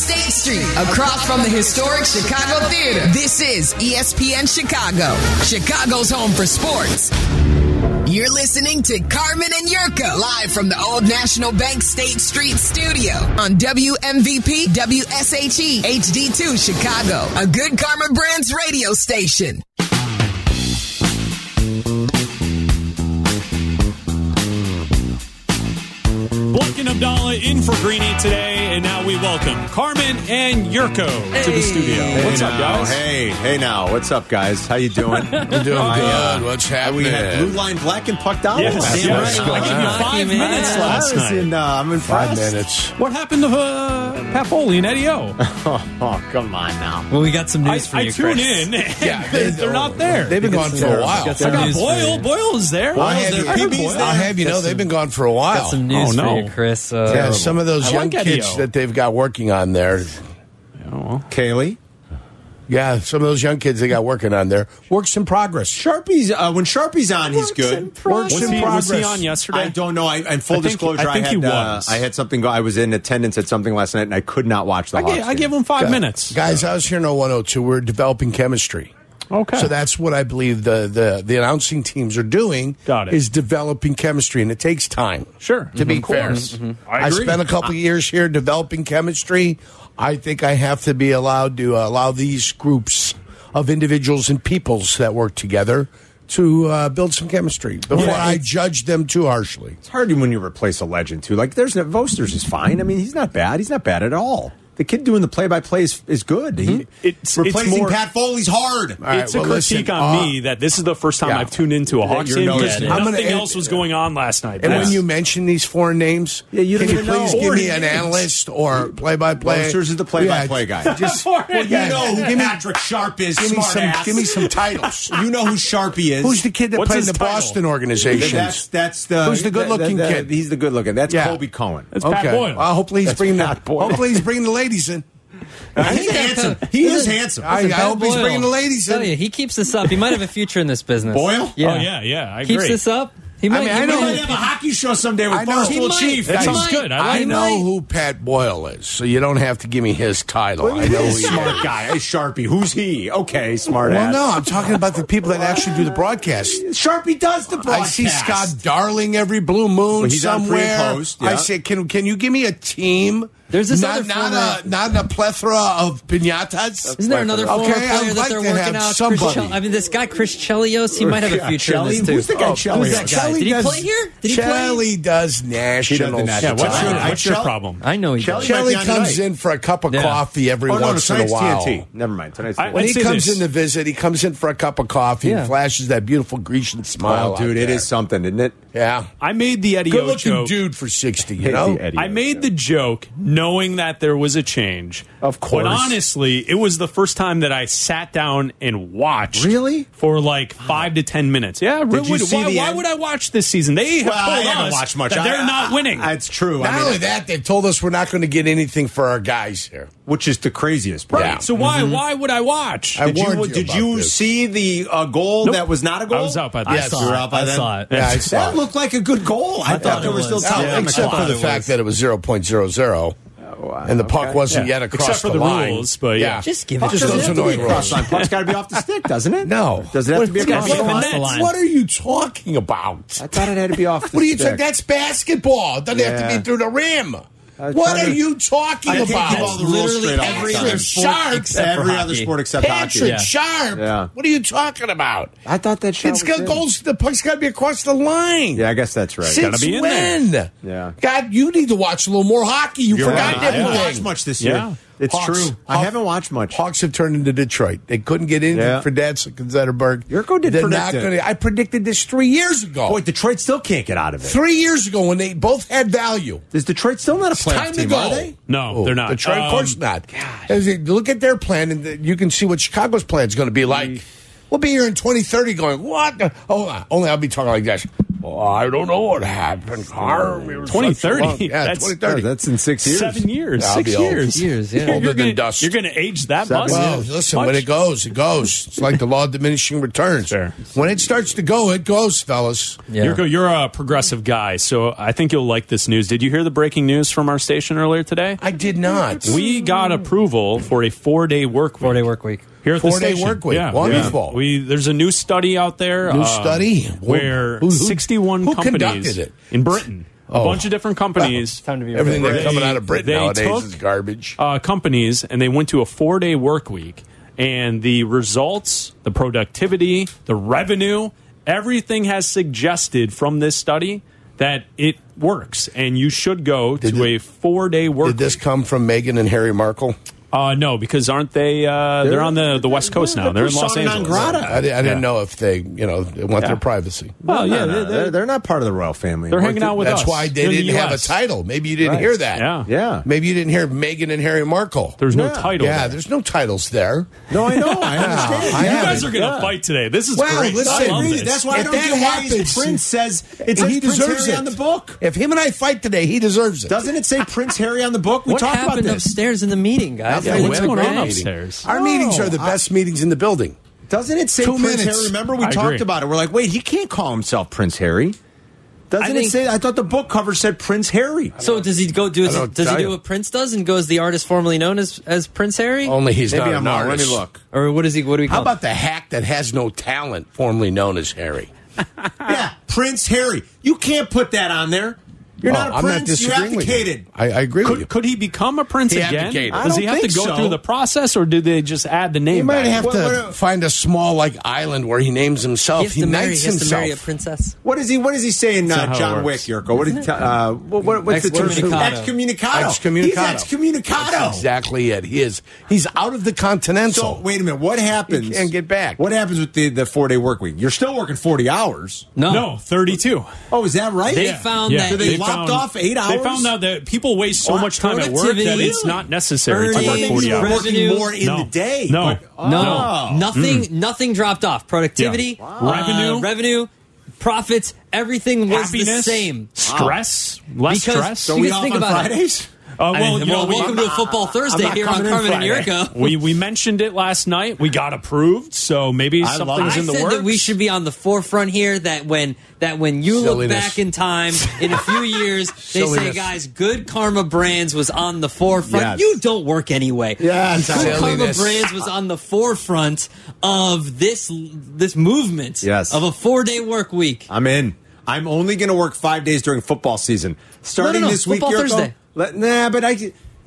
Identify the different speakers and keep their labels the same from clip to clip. Speaker 1: Tennessee, across from the historic Chicago Theater. This is E ESPN Chicago, Chicago's home for sports. You're listening to Carmen and Yurka live from the Old National Bank State Street Studio on WMVP WSHE HD2 Chicago, a good Karma Brands radio station.
Speaker 2: Bluck and Abdallah in for Greeny today, and now we welcome Carmen and Yurko to the studio. What's up,
Speaker 3: now.
Speaker 2: guys?
Speaker 3: Hey, hey now. What's up, guys? How you doing? I'm doing good.
Speaker 4: Oh, What's
Speaker 3: we had blue
Speaker 4: happening?
Speaker 3: line black and pucked out.
Speaker 2: Yes,
Speaker 3: Damn
Speaker 2: yes.
Speaker 3: right.
Speaker 2: I gave you five
Speaker 5: man.
Speaker 2: minutes
Speaker 3: I was
Speaker 2: last night.
Speaker 3: in, uh, I'm
Speaker 4: Five
Speaker 3: impressed.
Speaker 4: minutes.
Speaker 2: What happened to uh, Papoli and Eddie O? I
Speaker 3: Oh, oh, come on now.
Speaker 5: Well, we got some
Speaker 2: I
Speaker 5: news for you,
Speaker 2: tune
Speaker 5: Chris.
Speaker 2: in, and
Speaker 4: Yeah,
Speaker 2: they,
Speaker 4: they-
Speaker 2: are not there.
Speaker 4: They've been gone for a while.
Speaker 2: I
Speaker 5: Some
Speaker 2: got
Speaker 5: news for
Speaker 2: Boyle.
Speaker 5: you.
Speaker 2: Boyle is there.
Speaker 4: I'll
Speaker 2: Boyle's
Speaker 4: have,
Speaker 2: there.
Speaker 4: you,
Speaker 2: I heard Boyle.
Speaker 4: I'll have you know they've been gone for a
Speaker 5: Got
Speaker 4: while.
Speaker 5: some news
Speaker 2: Oh, no.
Speaker 5: for you, Chris. Uh,
Speaker 4: yeah, some of those
Speaker 2: I
Speaker 4: young
Speaker 2: like Eddie
Speaker 4: kids
Speaker 2: O.
Speaker 4: that they've got working on there.
Speaker 3: Kaylee?
Speaker 4: Yeah, some of those young kids they got working on there. Works in progress.
Speaker 3: Sharpie's, uh, when Sharpie's on, he's good.
Speaker 4: Works
Speaker 2: Was
Speaker 4: in
Speaker 2: he, was
Speaker 4: progress.
Speaker 2: he on yesterday?
Speaker 3: I don't know. I, and full
Speaker 2: I think-
Speaker 3: disclosure,
Speaker 2: I think he
Speaker 3: had uh,
Speaker 2: was.
Speaker 3: I had something. Go- I was in attendance at something last night, and I could not watch the
Speaker 2: I
Speaker 3: Hawks
Speaker 2: gave, I
Speaker 3: game.
Speaker 2: gave him five minutes.
Speaker 4: Guys, I was here in 0102. We're developing chemistry.
Speaker 2: Okay.
Speaker 4: So that's what I believe the, the, the announcing teams are doing.
Speaker 2: Got it.
Speaker 4: Is developing chemistry, and it takes time.
Speaker 2: Sure.
Speaker 4: To be
Speaker 2: Of course.
Speaker 4: fair.
Speaker 2: Mhm. I
Speaker 4: I,
Speaker 2: agree.
Speaker 4: spent a couple of years here developing chemistry. I think I have to be allowed to uh, allow these groups of individuals and peoples that work together to uh, build some chemistry before
Speaker 3: Yeah,
Speaker 4: I
Speaker 3: it's-
Speaker 4: judge them too harshly.
Speaker 3: It's hard when you replace a legend too. Like there's no, Vosters is fine. I mean, he's not bad. He's not bad at all. The kid doing the play by play is is good. He,
Speaker 2: It's-
Speaker 3: replacing
Speaker 2: it's more-
Speaker 3: Pat Foley's hard.
Speaker 4: All right,
Speaker 2: it's
Speaker 4: well,
Speaker 2: a critique
Speaker 4: listen,
Speaker 2: on
Speaker 4: uh,
Speaker 2: me that this is the first time
Speaker 4: yeah.
Speaker 2: I've tuned into a Hawks
Speaker 3: you're
Speaker 2: game because
Speaker 3: noticing it. I'm
Speaker 4: gonna-
Speaker 2: nothing else was going on last night.
Speaker 4: And
Speaker 2: That's-
Speaker 4: when you mention these foreign names,
Speaker 3: Yeah, you
Speaker 4: can
Speaker 3: don't
Speaker 4: you
Speaker 3: even
Speaker 4: please
Speaker 3: know.
Speaker 4: give me
Speaker 3: Foreign
Speaker 4: an
Speaker 3: names.
Speaker 4: analyst or play-by-play?
Speaker 3: Boosters is the play-by-play
Speaker 4: Yeah,
Speaker 3: guy.
Speaker 4: Just
Speaker 2: Foreign
Speaker 4: well, yeah,
Speaker 2: names.
Speaker 4: give me,
Speaker 3: Patrick Sharp is.
Speaker 4: give me
Speaker 3: smart
Speaker 4: some,
Speaker 3: ass.
Speaker 4: give me some titles.
Speaker 3: You know who Sharpie is.
Speaker 4: Who's the kid that
Speaker 2: What's
Speaker 4: played in
Speaker 2: his
Speaker 4: the
Speaker 2: title?
Speaker 4: Boston organization?
Speaker 3: That's that's the
Speaker 4: Who's the good-looking
Speaker 3: that- that-
Speaker 4: kid?
Speaker 3: He's the good looking. That's
Speaker 4: Yeah.
Speaker 3: Kobe Cohen.
Speaker 2: That's Pat Boyle.
Speaker 4: Well, hopefully he's bringing the,
Speaker 3: Pat Boyle.
Speaker 4: hopefully he's bringing the ladies in.
Speaker 3: he's handsome. He is handsome.
Speaker 4: I, I hope he's bringing the ladies
Speaker 5: Tell you,
Speaker 4: in.
Speaker 5: he keeps this up. He might have a future in this business.
Speaker 3: Boyle?
Speaker 2: Oh, yeah, yeah, I
Speaker 5: keeps
Speaker 2: agree.
Speaker 5: this up. He might.
Speaker 4: mean, I
Speaker 5: he
Speaker 4: know-
Speaker 3: We might
Speaker 5: might-
Speaker 3: have a hockey show someday with
Speaker 4: I know. He
Speaker 3: Barstool
Speaker 4: might.
Speaker 3: Chief.
Speaker 2: That
Speaker 4: Guys,
Speaker 2: sounds good. I like
Speaker 4: I
Speaker 2: it.
Speaker 4: know who Pat Boyle is, so you don't have to give me his title. I know who
Speaker 3: He's
Speaker 4: he
Speaker 3: a smart
Speaker 4: is.
Speaker 3: guy. Hey, Sharpie. Who's he? Okay, smart
Speaker 4: Well,
Speaker 3: ass.
Speaker 4: no, I'm talking about the people that actually do the broadcast.
Speaker 3: Sharpie does the
Speaker 4: I
Speaker 3: broadcast.
Speaker 4: see Scott Darling every blue moon
Speaker 3: Well, he's on pre and
Speaker 4: somewhere.
Speaker 3: post, yeah.
Speaker 4: I say, can can you give me a team?
Speaker 5: There's this
Speaker 4: not
Speaker 5: other
Speaker 4: not
Speaker 5: former-
Speaker 4: a not a plethora of pinatas.
Speaker 5: Isn't there another former
Speaker 4: Okay,
Speaker 5: player
Speaker 4: I'd
Speaker 5: that
Speaker 4: like
Speaker 5: they're
Speaker 4: to
Speaker 5: working
Speaker 4: have
Speaker 5: out? Chris
Speaker 4: somebody.
Speaker 5: Chel- I mean, this guy Chris Chelios, he might have a
Speaker 3: Yeah,
Speaker 5: future in
Speaker 3: Shelley?
Speaker 5: this too.
Speaker 3: Who's the guy Shelley
Speaker 5: Who's that
Speaker 3: is?
Speaker 5: guy?
Speaker 3: Shelley
Speaker 5: Did he
Speaker 3: does-
Speaker 5: play here? Did he play?
Speaker 4: Shelley does national.
Speaker 3: national
Speaker 2: yeah, what's
Speaker 3: Shelley-
Speaker 2: your,
Speaker 4: stuff.
Speaker 3: I-
Speaker 2: what's your
Speaker 3: Shelley-
Speaker 2: problem?
Speaker 5: I know he
Speaker 3: Shelley-
Speaker 5: does.
Speaker 4: Shelley
Speaker 3: might be on
Speaker 4: comes
Speaker 3: tonight.
Speaker 4: in for a cup of
Speaker 5: Yeah.
Speaker 4: coffee every
Speaker 3: Oh no,
Speaker 4: once in a
Speaker 3: tonight's
Speaker 4: while.
Speaker 3: TNT. Never mind. Tonight's
Speaker 2: I-
Speaker 4: When
Speaker 2: I'd
Speaker 4: he
Speaker 2: say
Speaker 4: comes
Speaker 2: this.
Speaker 4: in to visit, he comes in for a cup of coffee
Speaker 5: Yeah.
Speaker 4: and flashes that beautiful Grecian smile.
Speaker 3: Wow, Oh, dude,
Speaker 4: out
Speaker 3: it
Speaker 4: there.
Speaker 3: is something, isn't it?
Speaker 4: Yeah,
Speaker 2: I made the Eddie
Speaker 4: good
Speaker 2: O
Speaker 4: looking
Speaker 2: joke.
Speaker 4: dude for sixty. You
Speaker 3: Hate
Speaker 4: know,
Speaker 3: the Eddie
Speaker 2: I
Speaker 3: O
Speaker 2: made
Speaker 3: joke.
Speaker 2: the joke knowing that there was a change.
Speaker 3: Of course.
Speaker 2: But honestly, it was the first time that I sat down and watched.
Speaker 3: Really?
Speaker 2: For like five to ten minutes. Yeah, really.
Speaker 3: you see
Speaker 2: why,
Speaker 3: the
Speaker 2: why
Speaker 3: end?
Speaker 2: would I watch this season? They have
Speaker 3: Well, I
Speaker 2: told
Speaker 3: haven't
Speaker 2: us
Speaker 3: watched much.
Speaker 2: that
Speaker 3: I-
Speaker 2: they're
Speaker 3: I-
Speaker 2: not winning.
Speaker 3: That's true.
Speaker 4: Not
Speaker 3: I mean,
Speaker 4: only that, they've told us we're not going to get anything for our guys here.
Speaker 3: which is the craziest. part.
Speaker 4: Yeah.
Speaker 2: so why
Speaker 3: Mm-hmm.
Speaker 2: why would I watch?
Speaker 4: I
Speaker 3: Did you,
Speaker 4: warned you
Speaker 3: did
Speaker 4: about
Speaker 3: you
Speaker 4: this.
Speaker 3: see the uh, goal
Speaker 2: Nope.
Speaker 3: that was not a goal?
Speaker 2: I was out by
Speaker 5: I
Speaker 2: that.
Speaker 5: saw
Speaker 3: you were
Speaker 5: it.
Speaker 3: out by
Speaker 5: I
Speaker 3: then?
Speaker 5: saw it.
Speaker 4: Yeah, I saw
Speaker 3: That
Speaker 4: it.
Speaker 3: looked like a good goal. I,
Speaker 5: thought
Speaker 3: thought there
Speaker 5: it
Speaker 3: was still
Speaker 5: was.
Speaker 3: time.
Speaker 5: Yeah,
Speaker 3: on the
Speaker 4: except for
Speaker 3: clock.
Speaker 4: the fact that it was 0.00. and the puck wasn't
Speaker 2: Yeah.
Speaker 4: yet across
Speaker 2: Except for the
Speaker 4: line.
Speaker 2: rules, but yeah.
Speaker 5: Just give it
Speaker 3: Puck
Speaker 5: to
Speaker 4: Just
Speaker 3: doesn't
Speaker 4: those
Speaker 3: have to be
Speaker 4: annoying
Speaker 3: across
Speaker 4: rules.
Speaker 3: line. Puck's got to be off the stick, doesn't it?
Speaker 4: No.
Speaker 3: Does it have to be
Speaker 2: It's gotta
Speaker 3: across
Speaker 2: be
Speaker 3: the
Speaker 2: off the
Speaker 3: line?
Speaker 2: net. line.
Speaker 4: What are you talking about?
Speaker 3: I thought it had to be off. The
Speaker 4: What do you
Speaker 3: stick.
Speaker 4: think? That's basketball. It doesn't have to
Speaker 3: Yeah.
Speaker 4: be through the rim.
Speaker 3: was
Speaker 4: What
Speaker 3: trying
Speaker 4: are
Speaker 3: to-
Speaker 4: you talking
Speaker 3: I can't
Speaker 4: about?
Speaker 3: give all the rules
Speaker 5: Literally
Speaker 3: straight all
Speaker 5: every
Speaker 3: the time.
Speaker 5: other sport
Speaker 4: Sharks.
Speaker 5: except for
Speaker 3: Every other
Speaker 5: hockey.
Speaker 3: sport except
Speaker 4: Patrick
Speaker 3: hockey.
Speaker 4: Sharp.
Speaker 3: Yeah.
Speaker 4: What are you talking about?
Speaker 3: I thought that shot
Speaker 4: It's
Speaker 3: was
Speaker 4: got
Speaker 3: in.
Speaker 4: goals. The puck's got to be across the line.
Speaker 3: Yeah, I guess that's right.
Speaker 4: Since
Speaker 2: be in there.
Speaker 4: when?
Speaker 3: Yeah.
Speaker 4: God, you need to watch a little more hockey. You
Speaker 3: You're
Speaker 4: forgot
Speaker 3: right. I
Speaker 4: everything.
Speaker 3: haven't watched much this
Speaker 2: Yeah.
Speaker 3: year. It's
Speaker 4: Hawks.
Speaker 3: true. I
Speaker 4: Hawks.
Speaker 3: haven't watched much.
Speaker 4: Hawks have turned into Detroit. They couldn't get anything
Speaker 3: Yeah.
Speaker 4: for Datsuk and Zetterberg.
Speaker 3: Yurko did
Speaker 4: They're
Speaker 3: predict
Speaker 4: not
Speaker 3: it.
Speaker 4: gonna- I predicted this three years ago.
Speaker 3: Boy, Detroit still can't get out of it.
Speaker 4: three years ago when they both had value.
Speaker 3: Is Detroit still not a
Speaker 4: It's
Speaker 3: playoff
Speaker 4: time
Speaker 3: team?
Speaker 4: to go. Oh,
Speaker 3: Are they?
Speaker 2: No, they're not.
Speaker 4: Detroit,
Speaker 2: Um,
Speaker 4: of course not. As you Look at their plan, and the- you can see what Chicago's plan is going to uh, be like. We'll be here in 2030 going, what? the- Oh, hold on. only I'll be talking like this. Well, I don't know what happened. Carm, it was such a
Speaker 2: 2030.
Speaker 4: long- Yeah,
Speaker 2: That's-
Speaker 4: 2030.
Speaker 3: that's in six years.
Speaker 2: Seven years,
Speaker 4: Yeah, I'll
Speaker 2: six
Speaker 4: be old.
Speaker 2: years.
Speaker 5: Years, yeah.
Speaker 2: You're
Speaker 4: Older than
Speaker 2: gonna-
Speaker 4: dust.
Speaker 2: You're going to age that
Speaker 3: Seven
Speaker 2: much?
Speaker 4: Well, listen,
Speaker 2: Much?
Speaker 4: when it goes, it goes. It's like the law of diminishing returns.
Speaker 2: Fair.
Speaker 4: When it starts to go, it goes, fellas.
Speaker 5: Yeah.
Speaker 2: Yurko, you're a progressive guy, so I think you'll like this news. Did you hear the breaking news from our station earlier today?
Speaker 4: I Mm. did not.
Speaker 2: We got approval for a four day work week.
Speaker 5: Four day work week.
Speaker 2: Here at the
Speaker 4: Four-day
Speaker 2: station.
Speaker 4: work week.
Speaker 2: Yeah.
Speaker 4: Wonderful.
Speaker 2: Yeah. We, there's a new study out there.
Speaker 4: New
Speaker 2: uh,
Speaker 4: study?
Speaker 2: where
Speaker 4: Who- who-
Speaker 2: 61
Speaker 4: who
Speaker 2: companies
Speaker 4: conducted it?
Speaker 2: in Britain, a
Speaker 4: Oh. Uh,
Speaker 2: bunch of different companies,
Speaker 5: Time to be
Speaker 4: Everything
Speaker 2: They-
Speaker 4: that's coming out of Britain
Speaker 2: they
Speaker 4: nowadays
Speaker 2: took-
Speaker 4: is garbage.
Speaker 2: uh, companies, and they went to a four day work week, and the results, the productivity, the revenue, everything has suggested from this study that it works, and you should go to
Speaker 4: it-
Speaker 2: a four day work.
Speaker 4: Did this
Speaker 2: week.
Speaker 4: come from Meghan and Harry Markle?
Speaker 2: Uh, no, because aren't they? Uh, they're, on the, the West Coast now. They're in Los
Speaker 3: persona non
Speaker 2: Angeles.
Speaker 3: grata.
Speaker 4: I, di- I didn't
Speaker 2: Yeah.
Speaker 4: know if they, you know, they want
Speaker 2: Yeah.
Speaker 4: their privacy.
Speaker 2: Well, yeah,
Speaker 3: No, no,
Speaker 2: they-
Speaker 3: they're, they're not part of the royal family.
Speaker 2: They're hanging out with
Speaker 4: That's
Speaker 2: us.
Speaker 4: why they
Speaker 2: They're in the
Speaker 4: didn't have a
Speaker 2: US.
Speaker 4: title. Maybe you didn't
Speaker 3: Right.
Speaker 4: hear that.
Speaker 2: Yeah.
Speaker 3: Yeah.
Speaker 4: Maybe you didn't hear Meghan and Harry Markle.
Speaker 2: There's no
Speaker 3: Yeah.
Speaker 2: title.
Speaker 4: yeah,
Speaker 2: there.
Speaker 4: there's no titles there.
Speaker 3: No, I know. I understand.
Speaker 4: I
Speaker 2: You
Speaker 4: have
Speaker 2: guys
Speaker 4: it.
Speaker 2: are going to
Speaker 3: Yeah.
Speaker 2: fight today. This is
Speaker 4: Well,
Speaker 2: great.
Speaker 4: listen,
Speaker 2: I love
Speaker 4: agree.
Speaker 2: this.
Speaker 4: That's why I
Speaker 3: If
Speaker 4: don't
Speaker 3: that
Speaker 4: get why
Speaker 3: happens,
Speaker 4: his
Speaker 3: Prince says it says
Speaker 4: he
Speaker 3: Prince
Speaker 4: deserves
Speaker 3: Harry
Speaker 4: it
Speaker 3: on the book.
Speaker 4: If him and I fight today, he deserves it.
Speaker 3: Doesn't it say Prince Harry on the book? We
Speaker 5: What
Speaker 3: talked about
Speaker 5: happened
Speaker 3: this.
Speaker 5: upstairs in the meeting,
Speaker 4: Nothing.
Speaker 5: guys? What-
Speaker 4: We
Speaker 2: What's
Speaker 4: had a
Speaker 2: going
Speaker 4: great
Speaker 2: on
Speaker 4: meeting.
Speaker 2: upstairs?
Speaker 4: Our meetings are the best meetings in the building.
Speaker 3: Doesn't it say
Speaker 4: Two
Speaker 3: Prince
Speaker 4: minutes.
Speaker 3: Harry? Remember we
Speaker 2: I
Speaker 3: talked
Speaker 2: agree.
Speaker 3: about it. We're like, wait, he can't call himself Prince Harry. Doesn't
Speaker 5: I
Speaker 3: it
Speaker 5: think-
Speaker 3: say? I thought the book cover said Prince Harry.
Speaker 5: So does he go do?
Speaker 4: I don't
Speaker 5: Does he
Speaker 4: tell
Speaker 5: do
Speaker 4: you.
Speaker 5: what Prince does and goes the artist formerly known as as Prince Harry?
Speaker 4: Only he's
Speaker 3: Maybe I'm
Speaker 4: not an
Speaker 3: wrong. Uh, Let me
Speaker 4: artist.
Speaker 3: look.
Speaker 5: Or what is he? What do we call?
Speaker 4: How about the hack that has no talent, formerly known as Harry?
Speaker 3: yeah, Prince Harry. You can't put that on there. You're not a
Speaker 4: Oh, I'm
Speaker 3: prince. You're
Speaker 4: disagreeing with you.
Speaker 3: abdicated.
Speaker 4: I, I agree with you.
Speaker 2: Could, could he become a prince
Speaker 4: He
Speaker 2: again?
Speaker 4: abdicated. I
Speaker 2: Does he
Speaker 3: don't
Speaker 2: have to
Speaker 3: think
Speaker 2: go
Speaker 3: so.
Speaker 2: through the process, or did they just add the name?
Speaker 4: He might
Speaker 2: back?
Speaker 4: have
Speaker 3: What-
Speaker 4: to
Speaker 3: what-
Speaker 4: find a small like island where he names himself.
Speaker 5: He has,
Speaker 4: He,
Speaker 5: to marry,
Speaker 4: knights
Speaker 5: he has to
Speaker 4: himself.
Speaker 5: marry a princess.
Speaker 3: What is he? What is he saying?
Speaker 2: That's not
Speaker 3: Uh,
Speaker 2: how it
Speaker 3: John Wick,
Speaker 2: works.
Speaker 3: Yurko. What did? he tell- Uh, what, what, what's the term?
Speaker 5: Excommunicado.
Speaker 3: Excommunicado. He's
Speaker 4: Excommunicado.
Speaker 3: excommunicado.
Speaker 4: That's exactly it. He is. He's out of the continental.
Speaker 3: So wait a minute. What happens?
Speaker 4: He can't get back.
Speaker 3: What happens with the, the four day work week? You're still working forty hours.
Speaker 5: No.
Speaker 2: No, thirty-two.
Speaker 3: Oh, is that right?
Speaker 5: They found
Speaker 2: Yeah,
Speaker 5: that
Speaker 3: they
Speaker 5: it-
Speaker 3: lopped off eight
Speaker 2: They
Speaker 3: hours?
Speaker 2: found out that people waste so
Speaker 3: Wow,
Speaker 2: much time at work that
Speaker 5: productivity,
Speaker 2: it's not necessary to work
Speaker 5: earnings,
Speaker 2: forty
Speaker 3: You're
Speaker 2: hours.
Speaker 5: revenue.
Speaker 3: working more in
Speaker 2: No.
Speaker 3: the day.
Speaker 2: No. Mm.
Speaker 3: But-
Speaker 5: No,
Speaker 3: Oh.
Speaker 5: nothing. Nothing dropped off. Productivity, uh,
Speaker 2: Yeah. Wow. Revenue.
Speaker 5: revenue, profits, everything was
Speaker 2: Happiness,
Speaker 5: the same.
Speaker 2: stress, less
Speaker 5: Because-
Speaker 2: stress.
Speaker 3: So we
Speaker 5: Because
Speaker 3: off
Speaker 5: think
Speaker 3: on
Speaker 5: about it.
Speaker 3: Fridays.
Speaker 2: Uh, well,
Speaker 5: I mean,
Speaker 2: you know, we-
Speaker 5: welcome to a football Thursday
Speaker 3: not
Speaker 5: here on
Speaker 3: coming in
Speaker 5: Carmen and
Speaker 3: Friday.
Speaker 5: Yurko.
Speaker 2: we we mentioned it last night. We got approved, so maybe
Speaker 3: I love
Speaker 2: something's
Speaker 3: it.
Speaker 2: in the
Speaker 5: I said
Speaker 2: works.
Speaker 5: that we should be on the forefront here. That when that when you
Speaker 4: Silliness.
Speaker 5: look back in time in a few years, they say,
Speaker 4: Silliness.
Speaker 5: guys, Good Karma Brands was on the forefront.
Speaker 3: Yes.
Speaker 5: You don't work anyway.
Speaker 3: Yes,
Speaker 5: Good Karma
Speaker 4: Silliness.
Speaker 5: Brands was on the forefront of this this movement.
Speaker 3: Yes.
Speaker 5: of a four day work week.
Speaker 3: I'm in. I'm only going to work five days during football season. Starting
Speaker 5: no,
Speaker 3: this week,
Speaker 5: football
Speaker 3: Yurko,
Speaker 5: Thursday.
Speaker 3: Let, nah, but I.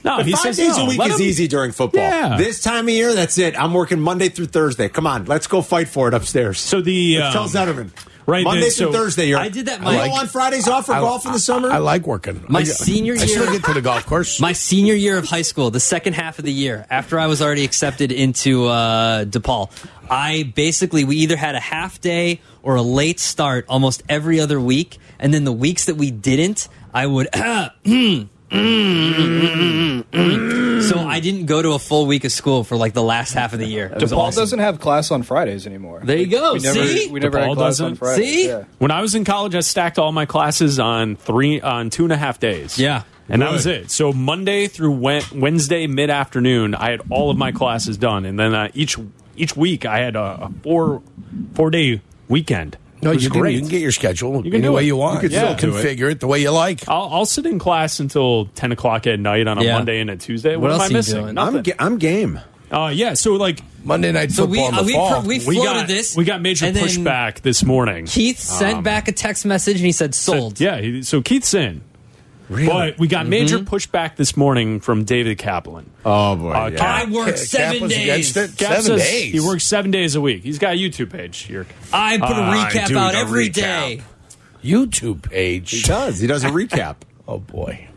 Speaker 2: No,
Speaker 3: but
Speaker 2: he
Speaker 3: five
Speaker 2: says
Speaker 3: days
Speaker 2: no.
Speaker 3: a week
Speaker 2: Let
Speaker 3: is
Speaker 2: him-
Speaker 3: easy during football.
Speaker 2: Yeah.
Speaker 3: This time of year, that's it. I'm working Monday through Thursday. Come on, let's go fight for it upstairs.
Speaker 2: So the,
Speaker 3: Let's
Speaker 2: um,
Speaker 3: tell Zetterman.
Speaker 2: right,
Speaker 3: Monday
Speaker 2: then,
Speaker 3: through
Speaker 2: so-
Speaker 3: Thursday. You're,
Speaker 5: I did that,
Speaker 3: You
Speaker 5: Mike.
Speaker 3: don't want Fridays off for golf in the summer.
Speaker 4: I like working.
Speaker 5: My
Speaker 4: I,
Speaker 5: senior
Speaker 4: I still
Speaker 5: year-
Speaker 4: get to the golf course.
Speaker 5: My senior year of high school, the second half of the year, after I was already accepted into uh, DePaul, I basically, we either had a half day or a late start almost every other week. And then the weeks that we didn't, I would. so I didn't go to a full week of school for like the last half of the year. It was
Speaker 6: DePaul
Speaker 5: awesome.
Speaker 6: doesn't have class on Fridays anymore.
Speaker 5: There you go.
Speaker 6: We never,
Speaker 5: See?
Speaker 6: we never had
Speaker 2: DePaul
Speaker 6: class
Speaker 2: doesn't.
Speaker 6: on Fridays.
Speaker 5: See?
Speaker 6: yeah.
Speaker 2: When I was in college, I stacked all my classes on three on two and a half days.
Speaker 5: Yeah.
Speaker 2: and that was it. So Monday through Wen- Wednesday mid afternoon, I had all of my classes done, and then uh, each each week I had a, a four four day weekend.
Speaker 4: no,
Speaker 2: It was
Speaker 4: you can,
Speaker 2: great.
Speaker 4: you can get your schedule
Speaker 2: You can
Speaker 4: any
Speaker 2: do
Speaker 4: way
Speaker 2: it.
Speaker 4: you want.
Speaker 2: You can
Speaker 4: yeah.
Speaker 2: still do it.
Speaker 4: configure it. the way you like.
Speaker 2: I'll, I'll sit in class until ten o'clock at night on a
Speaker 5: Yeah.
Speaker 2: Monday and a Tuesday.
Speaker 5: What
Speaker 2: What, am
Speaker 5: else
Speaker 2: I
Speaker 5: are you
Speaker 2: missing?
Speaker 5: doing?
Speaker 3: I'm,
Speaker 2: Nothing.
Speaker 3: ga- I'm game.
Speaker 2: uh, yeah, so like
Speaker 4: Monday night
Speaker 5: So we,
Speaker 4: football in the
Speaker 5: uh, we,
Speaker 4: fall.
Speaker 5: pro- we
Speaker 2: we
Speaker 5: floated
Speaker 2: got
Speaker 5: this.
Speaker 2: we got major
Speaker 5: and then
Speaker 2: pushback this morning.
Speaker 5: Keith sent back a text message and he said, sold.
Speaker 2: Yeah, he, so Keith's in. But we got major
Speaker 5: Mm-hmm.
Speaker 2: pushback this morning from David Kaplan.
Speaker 3: Oh boy.
Speaker 2: Uh,
Speaker 3: yeah.
Speaker 5: I worked
Speaker 4: Cap
Speaker 5: seven
Speaker 4: was
Speaker 5: days.
Speaker 4: against it.
Speaker 2: Cap
Speaker 4: seven
Speaker 2: says
Speaker 4: days.
Speaker 2: He works seven days a week. He's got a YouTube page. You're,
Speaker 5: I put a
Speaker 4: I
Speaker 5: recap
Speaker 4: do
Speaker 5: out
Speaker 4: the
Speaker 5: every
Speaker 4: recap.
Speaker 5: day.
Speaker 4: YouTube
Speaker 3: He
Speaker 4: page.
Speaker 3: does. He does a recap.
Speaker 4: Oh boy.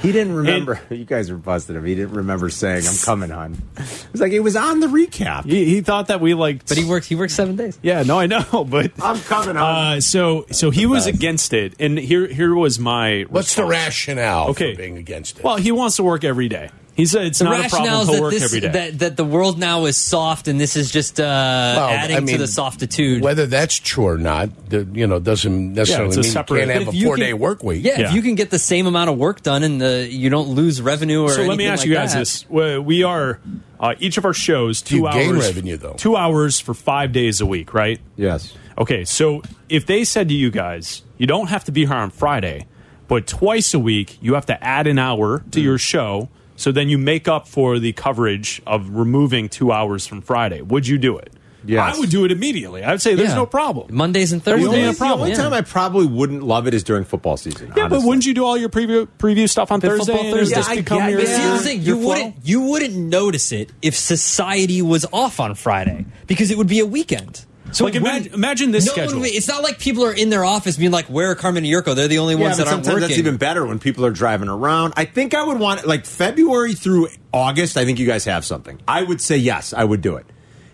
Speaker 3: He didn't remember. you guys are busted him. He didn't remember saying, "I'm coming on." It's like it was on the recap.
Speaker 2: he, he thought that we like,
Speaker 5: But he works. He works seven days.
Speaker 2: Yeah, no, I know, but
Speaker 3: I'm coming on.
Speaker 2: uh, so so he was
Speaker 3: best.
Speaker 2: against it, and here here was my
Speaker 4: What's the
Speaker 2: response.
Speaker 4: rationale
Speaker 2: Okay,
Speaker 4: for being against it?
Speaker 2: Well, he wants to work every day. He said it's
Speaker 5: The
Speaker 2: not a
Speaker 5: rationale
Speaker 2: problem.
Speaker 5: is
Speaker 2: He'll
Speaker 5: that,
Speaker 2: work
Speaker 5: this,
Speaker 2: every day.
Speaker 5: that that the world now is soft, and this is just uh, adding
Speaker 4: I
Speaker 5: to
Speaker 4: mean,
Speaker 5: the softitude.
Speaker 4: Whether that's true or not, the, you know, doesn't necessarily
Speaker 2: it's a
Speaker 4: mean
Speaker 2: separate-
Speaker 4: you
Speaker 2: But
Speaker 4: can't
Speaker 5: if
Speaker 4: have a
Speaker 5: you
Speaker 4: four day
Speaker 5: can-
Speaker 4: work week.
Speaker 5: Yeah,
Speaker 2: Yeah.
Speaker 5: if you can get the same amount of work done and the you don't lose revenue or
Speaker 2: so let me
Speaker 5: anything
Speaker 2: ask
Speaker 5: like
Speaker 2: you guys
Speaker 5: that.
Speaker 2: this: We we are uh, each of our shows two
Speaker 4: You
Speaker 2: hours
Speaker 4: gain revenue, though.
Speaker 2: two hours for five days a week, right?
Speaker 3: Yes.
Speaker 2: Okay, so if they said to you guys, you don't have to be here on Friday, but twice a week you have to add an hour to
Speaker 5: Mm.
Speaker 2: your show, so then you make up for the coverage of removing two hours from Friday. Would you do it?
Speaker 3: Yes.
Speaker 2: I would do it immediately. I would say there's
Speaker 5: Yeah.
Speaker 2: no problem.
Speaker 5: Mondays and
Speaker 3: The
Speaker 5: Thursdays.
Speaker 3: only,
Speaker 2: a problem.
Speaker 3: the only
Speaker 5: Yeah.
Speaker 3: time I probably wouldn't love it is during football season.
Speaker 2: Yeah, but wouldn't you do all your preview preview stuff on
Speaker 5: The
Speaker 2: Thursday?
Speaker 5: football
Speaker 2: and it would
Speaker 5: Thursday.
Speaker 2: just
Speaker 3: Yeah, I
Speaker 2: become
Speaker 3: get
Speaker 2: your- uh,
Speaker 5: But see, here's the thing: you
Speaker 2: your flow?
Speaker 5: wouldn't you wouldn't notice it if society was off on Friday because it would be a weekend. So
Speaker 2: Like,
Speaker 5: it
Speaker 2: imagine-
Speaker 5: wouldn't-
Speaker 2: imagine this
Speaker 5: no one would
Speaker 2: schedule.
Speaker 5: be- it's not like people are in their office being like, "Where are Carmen and Yurko? They're the only
Speaker 3: Yeah,
Speaker 5: ones
Speaker 3: but
Speaker 5: that aren't
Speaker 3: sometimes
Speaker 5: working."
Speaker 3: that's even better when people are driving around. I think I would want like February through August. I think you guys have something. I would say yes, I would do it.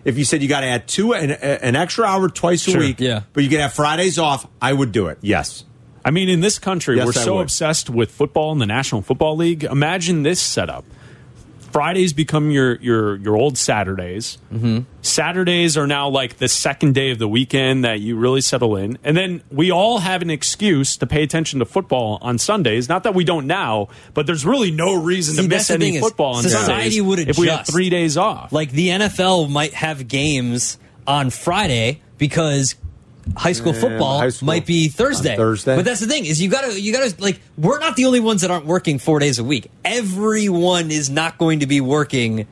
Speaker 3: If you said you got to add two an, an extra hour twice a
Speaker 2: Sure.
Speaker 3: week,
Speaker 5: Yeah.
Speaker 3: but you could have Fridays off, I would do it. Yes,
Speaker 2: I mean, in this country,
Speaker 3: Yes,
Speaker 2: we're
Speaker 3: I
Speaker 2: so
Speaker 3: would.
Speaker 2: obsessed with football and the National Football League. Imagine this setup: Fridays become your your your old Saturdays. Mm-hmm. Saturdays are now like the second day of the weekend that you really settle in, and then we all have an excuse to pay attention to football on Sundays. Not that we don't now, but there's really no reason
Speaker 5: See,
Speaker 2: to
Speaker 5: that's
Speaker 2: miss
Speaker 5: the thing
Speaker 2: any
Speaker 5: is,
Speaker 2: football on
Speaker 5: society
Speaker 2: Sundays
Speaker 5: would
Speaker 2: if we had
Speaker 5: adjust.
Speaker 2: three days off.
Speaker 5: like the NFL might have games on Friday because high school football
Speaker 3: high school
Speaker 5: might be
Speaker 3: on
Speaker 5: Thursday.
Speaker 3: Thursday.
Speaker 5: But that's the thing is you gotta you gotta like we're not the only ones that aren't working four days a week. Everyone is not going to be working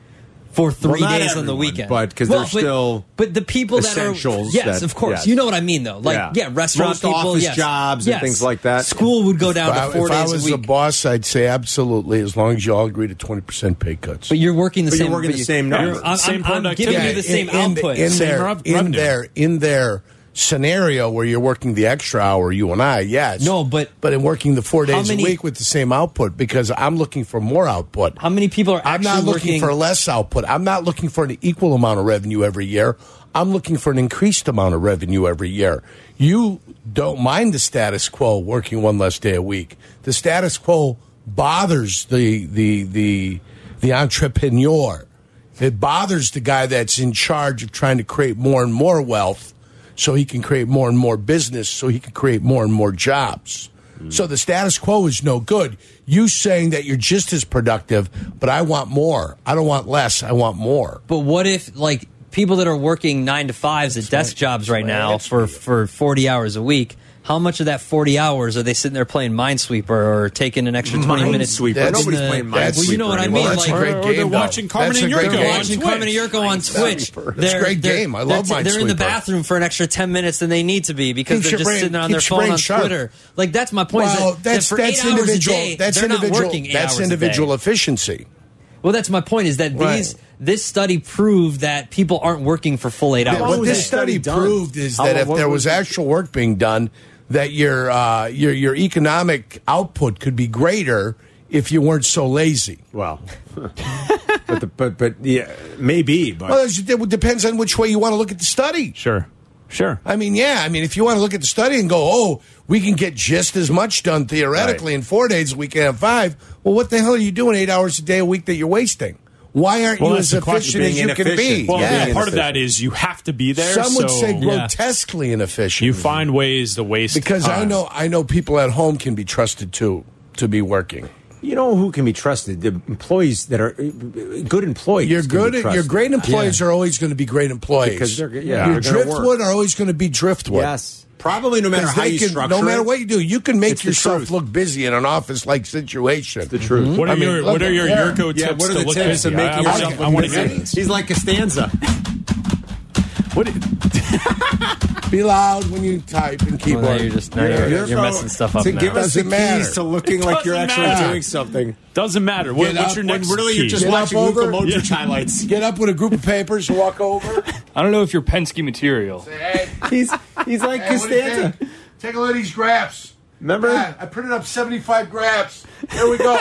Speaker 5: for three
Speaker 3: not
Speaker 5: days on the
Speaker 3: everyone,
Speaker 5: weekend,
Speaker 3: but- 'cause
Speaker 5: well,
Speaker 3: there's still
Speaker 5: but the people that are
Speaker 3: essentials
Speaker 5: yes,
Speaker 3: that-
Speaker 5: of course,
Speaker 3: yes.
Speaker 5: you know what I mean though. Like yeah,
Speaker 3: Yeah.
Speaker 5: restaurant
Speaker 3: Most
Speaker 5: people,
Speaker 3: office
Speaker 5: yes.
Speaker 3: jobs and
Speaker 5: Yes.
Speaker 3: things like that.
Speaker 5: School would go down
Speaker 4: If I-
Speaker 5: to four
Speaker 4: if
Speaker 5: days
Speaker 4: I was
Speaker 5: a
Speaker 4: the
Speaker 5: week.
Speaker 4: boss, I'd say absolutely, as long as you all agree to twenty percent pay cuts.
Speaker 5: but you're working the
Speaker 3: But you're
Speaker 5: same.
Speaker 3: working the same
Speaker 5: you're-
Speaker 3: numbers.
Speaker 5: I'm,
Speaker 2: Same
Speaker 5: I'm, I'm giving
Speaker 2: productivity.
Speaker 5: you the same
Speaker 4: in, in-
Speaker 5: output.
Speaker 4: in their
Speaker 2: rev-
Speaker 4: in
Speaker 2: revenue.
Speaker 4: their in their scenario where you're working the extra hour. You and I, yes,
Speaker 5: No, but-
Speaker 4: but in working the four
Speaker 5: How
Speaker 4: days
Speaker 5: many-
Speaker 4: a week with the same output because I'm looking for more output.
Speaker 5: How many people are
Speaker 4: I'm
Speaker 5: actually
Speaker 4: not looking
Speaker 5: working
Speaker 4: for less output. I'm not looking for an equal amount of revenue every year. I'm looking for an increased amount of revenue every year. You don't mind the status quo working one less day a week. The status quo bothers the the the the entrepreneur. It bothers the guy that's in charge of trying to create more and more wealth so he can create more and more business so he can create more and more jobs. So the status quo is no good. You saying that you're just as productive, but I want more. I don't want less. I want more.
Speaker 5: But what if like people that are working nine to fives at desk jobs right now for for forty hours a week? How much of that forty hours are they sitting there playing Minesweeper or taking an extra twenty minutes?
Speaker 3: Minesweeper.
Speaker 5: in
Speaker 3: Nobody's
Speaker 5: the-
Speaker 3: playing
Speaker 5: Well, you know
Speaker 3: Minesweeper
Speaker 5: what I
Speaker 3: anymore.
Speaker 5: mean.
Speaker 4: That's
Speaker 5: like,
Speaker 4: a great
Speaker 2: or
Speaker 4: game.
Speaker 2: they're
Speaker 4: though.
Speaker 2: watching Carmen
Speaker 4: That's
Speaker 2: and
Speaker 4: a great
Speaker 2: Yurko
Speaker 5: they're
Speaker 4: game.
Speaker 5: watching
Speaker 2: Twitch.
Speaker 5: Carmen and Yurko on Twitch.
Speaker 4: Minesweeper. That's
Speaker 5: They're,
Speaker 4: great
Speaker 5: they're-
Speaker 4: game. I love
Speaker 5: that's it. They're in the
Speaker 4: Minesweeper.
Speaker 5: bathroom for an extra ten minutes than they need to be because
Speaker 4: Keeps
Speaker 5: they're
Speaker 4: your
Speaker 5: just
Speaker 4: brain-
Speaker 5: sitting there on their
Speaker 4: keeps your
Speaker 5: phone
Speaker 4: brain
Speaker 5: on
Speaker 4: sharp.
Speaker 5: Twitter. Like that's my point. is
Speaker 4: Well,
Speaker 5: that- that
Speaker 4: that's
Speaker 5: for
Speaker 4: that's
Speaker 5: eight hours a
Speaker 4: individual.
Speaker 5: day,
Speaker 4: that's
Speaker 5: they're not
Speaker 4: individual.
Speaker 5: working eight
Speaker 4: that's
Speaker 5: hours a day.
Speaker 4: individual efficiency.
Speaker 5: Well, that's my point. Is that
Speaker 4: Right.
Speaker 5: these this study proved that people aren't working for full eight hours.
Speaker 4: What
Speaker 3: was
Speaker 4: this
Speaker 3: that
Speaker 4: study
Speaker 3: study done?
Speaker 4: proved is
Speaker 3: How-
Speaker 4: that if
Speaker 3: what
Speaker 4: there
Speaker 3: was
Speaker 4: was
Speaker 3: it-
Speaker 4: actual work being done, that your uh, your your economic output could be greater if you weren't so lazy.
Speaker 3: Well, but the, but but yeah, maybe. But
Speaker 4: Well, it depends on which way you want to look at the study.
Speaker 2: Sure, sure.
Speaker 4: I mean, yeah. I mean, if you want to look at the study and go, oh, we can get just as much done theoretically
Speaker 3: Right.
Speaker 4: in four days a week and in five. Well, what the hell are you doing eight hours a day a week that you're wasting? Why aren't
Speaker 2: Well,
Speaker 4: you
Speaker 2: that's the
Speaker 4: as
Speaker 2: question,
Speaker 4: efficient as
Speaker 3: being
Speaker 4: you can be?
Speaker 3: inefficient.
Speaker 2: Well,
Speaker 4: yeah.
Speaker 3: being
Speaker 2: part of
Speaker 3: inefficient.
Speaker 2: that is you have to be there.
Speaker 4: Some would
Speaker 2: so
Speaker 4: say
Speaker 5: Yeah.
Speaker 4: grotesquely inefficient.
Speaker 2: you find ways to waste
Speaker 4: because I
Speaker 2: time.
Speaker 4: know I know people at home can be trusted to to be working.
Speaker 3: you know who can be trusted? The employees that are uh, good employees.
Speaker 4: Your
Speaker 3: can be
Speaker 4: good, your
Speaker 3: trusted.
Speaker 4: great employees are always going to be great employees
Speaker 3: Because they're- yeah,
Speaker 4: your
Speaker 3: they're gonna work.
Speaker 4: driftwood are always going to be driftwood.
Speaker 3: Yes, probably no matter
Speaker 4: Because
Speaker 3: how
Speaker 4: they
Speaker 3: you
Speaker 4: can,
Speaker 3: structure.
Speaker 4: no matter
Speaker 3: it.
Speaker 4: what you do, you can make
Speaker 3: It's the
Speaker 4: yourself
Speaker 3: truth.
Speaker 4: look busy in an office like situation.
Speaker 3: the truth.
Speaker 2: What are
Speaker 4: I mean,
Speaker 2: your
Speaker 4: look
Speaker 2: What are
Speaker 4: at-
Speaker 2: your
Speaker 4: yeah.
Speaker 2: Yurko tips
Speaker 3: Yeah, what are
Speaker 2: to
Speaker 3: the
Speaker 2: look
Speaker 3: tips
Speaker 2: busy?
Speaker 3: of making
Speaker 2: I, I wanna-
Speaker 3: yourself
Speaker 2: I want to
Speaker 3: look
Speaker 2: hear.
Speaker 3: busy? He's like Costanza.
Speaker 2: What?
Speaker 4: Be loud when you type and
Speaker 5: Well,
Speaker 4: keyboard.
Speaker 5: now you're just now you're, you're messing stuff up.
Speaker 3: To
Speaker 5: now.
Speaker 3: give us the
Speaker 4: Doesn't matter.
Speaker 3: keys to looking
Speaker 2: It
Speaker 3: like you're
Speaker 2: doesn't
Speaker 3: actually
Speaker 2: matter.
Speaker 3: doing something.
Speaker 2: Doesn't matter. What,
Speaker 4: Get
Speaker 2: what's
Speaker 4: up.
Speaker 2: your
Speaker 4: What-
Speaker 2: next?
Speaker 3: Really, you're
Speaker 2: key?
Speaker 3: just
Speaker 4: Get up
Speaker 3: watching Luka
Speaker 4: over.
Speaker 3: Modric
Speaker 2: Yeah.
Speaker 3: highlights.
Speaker 4: Get up with a group of papers, walk over.
Speaker 7: I don't know if you're Penske material.
Speaker 4: hey,
Speaker 3: He's he's like Costanza.
Speaker 4: Take a look at these graphs.
Speaker 3: Remember?
Speaker 4: God, I printed up 75 graphs. Here we go.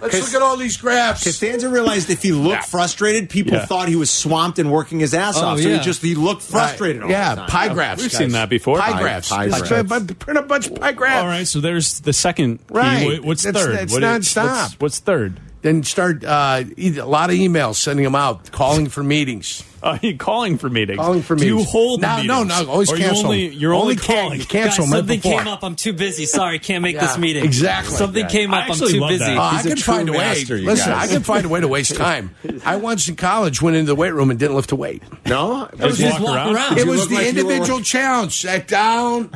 Speaker 4: Let's look at all these graphs.
Speaker 3: Costanza realized if he looked frustrated, people
Speaker 2: Yeah.
Speaker 3: thought he was swamped and working his ass
Speaker 5: Oh,
Speaker 3: off. So
Speaker 5: yeah.
Speaker 3: he just he looked frustrated.
Speaker 4: Right.
Speaker 3: all
Speaker 4: Yeah,
Speaker 3: the time.
Speaker 4: pie graphs.
Speaker 2: We've
Speaker 4: guys.
Speaker 2: seen that before.
Speaker 4: Pie,
Speaker 2: Pie-
Speaker 4: graphs.
Speaker 3: pie
Speaker 4: Just
Speaker 3: graphs.
Speaker 4: try- print a bunch of pie graphs.
Speaker 2: All right. So there's the second. Key.
Speaker 4: Right.
Speaker 2: What- What's
Speaker 4: That's-
Speaker 2: third?
Speaker 4: that's
Speaker 2: What is-
Speaker 4: nonstop.
Speaker 2: What's, what's third?
Speaker 4: Then start uh, e- a lot of emails, sending them out, calling for meetings.
Speaker 2: Are you calling for meetings?
Speaker 4: Calling for
Speaker 2: Do you
Speaker 4: meetings.
Speaker 2: hold
Speaker 4: No,
Speaker 2: the
Speaker 4: no,
Speaker 2: meetings?
Speaker 4: no, always
Speaker 2: Or you
Speaker 4: cancel
Speaker 2: only-
Speaker 4: them.
Speaker 2: You're only,
Speaker 4: Only can-
Speaker 2: calling.
Speaker 4: can- Cancel
Speaker 5: Guys,
Speaker 4: him right
Speaker 5: something
Speaker 4: before.
Speaker 5: came up. I'm too busy. Sorry, can't make this
Speaker 4: Yeah,
Speaker 5: meeting.
Speaker 4: exactly.
Speaker 5: Something
Speaker 4: Yeah.
Speaker 5: came
Speaker 2: I
Speaker 5: up. I'm
Speaker 2: actually
Speaker 5: too
Speaker 2: love
Speaker 5: busy.
Speaker 2: that.
Speaker 4: Oh, I
Speaker 3: He's a
Speaker 4: can
Speaker 3: true
Speaker 4: find a way.
Speaker 3: master, you
Speaker 4: Listen,
Speaker 3: guys.
Speaker 4: I can find a way to waste time. I once in college went into the weight room and didn't lift a weight.
Speaker 3: No,
Speaker 5: It was just
Speaker 2: walk
Speaker 5: walk
Speaker 2: around.
Speaker 5: around.
Speaker 3: Did
Speaker 4: It
Speaker 3: you
Speaker 4: was
Speaker 3: look
Speaker 4: the
Speaker 3: like you were-
Speaker 4: individual challenge. Sat down,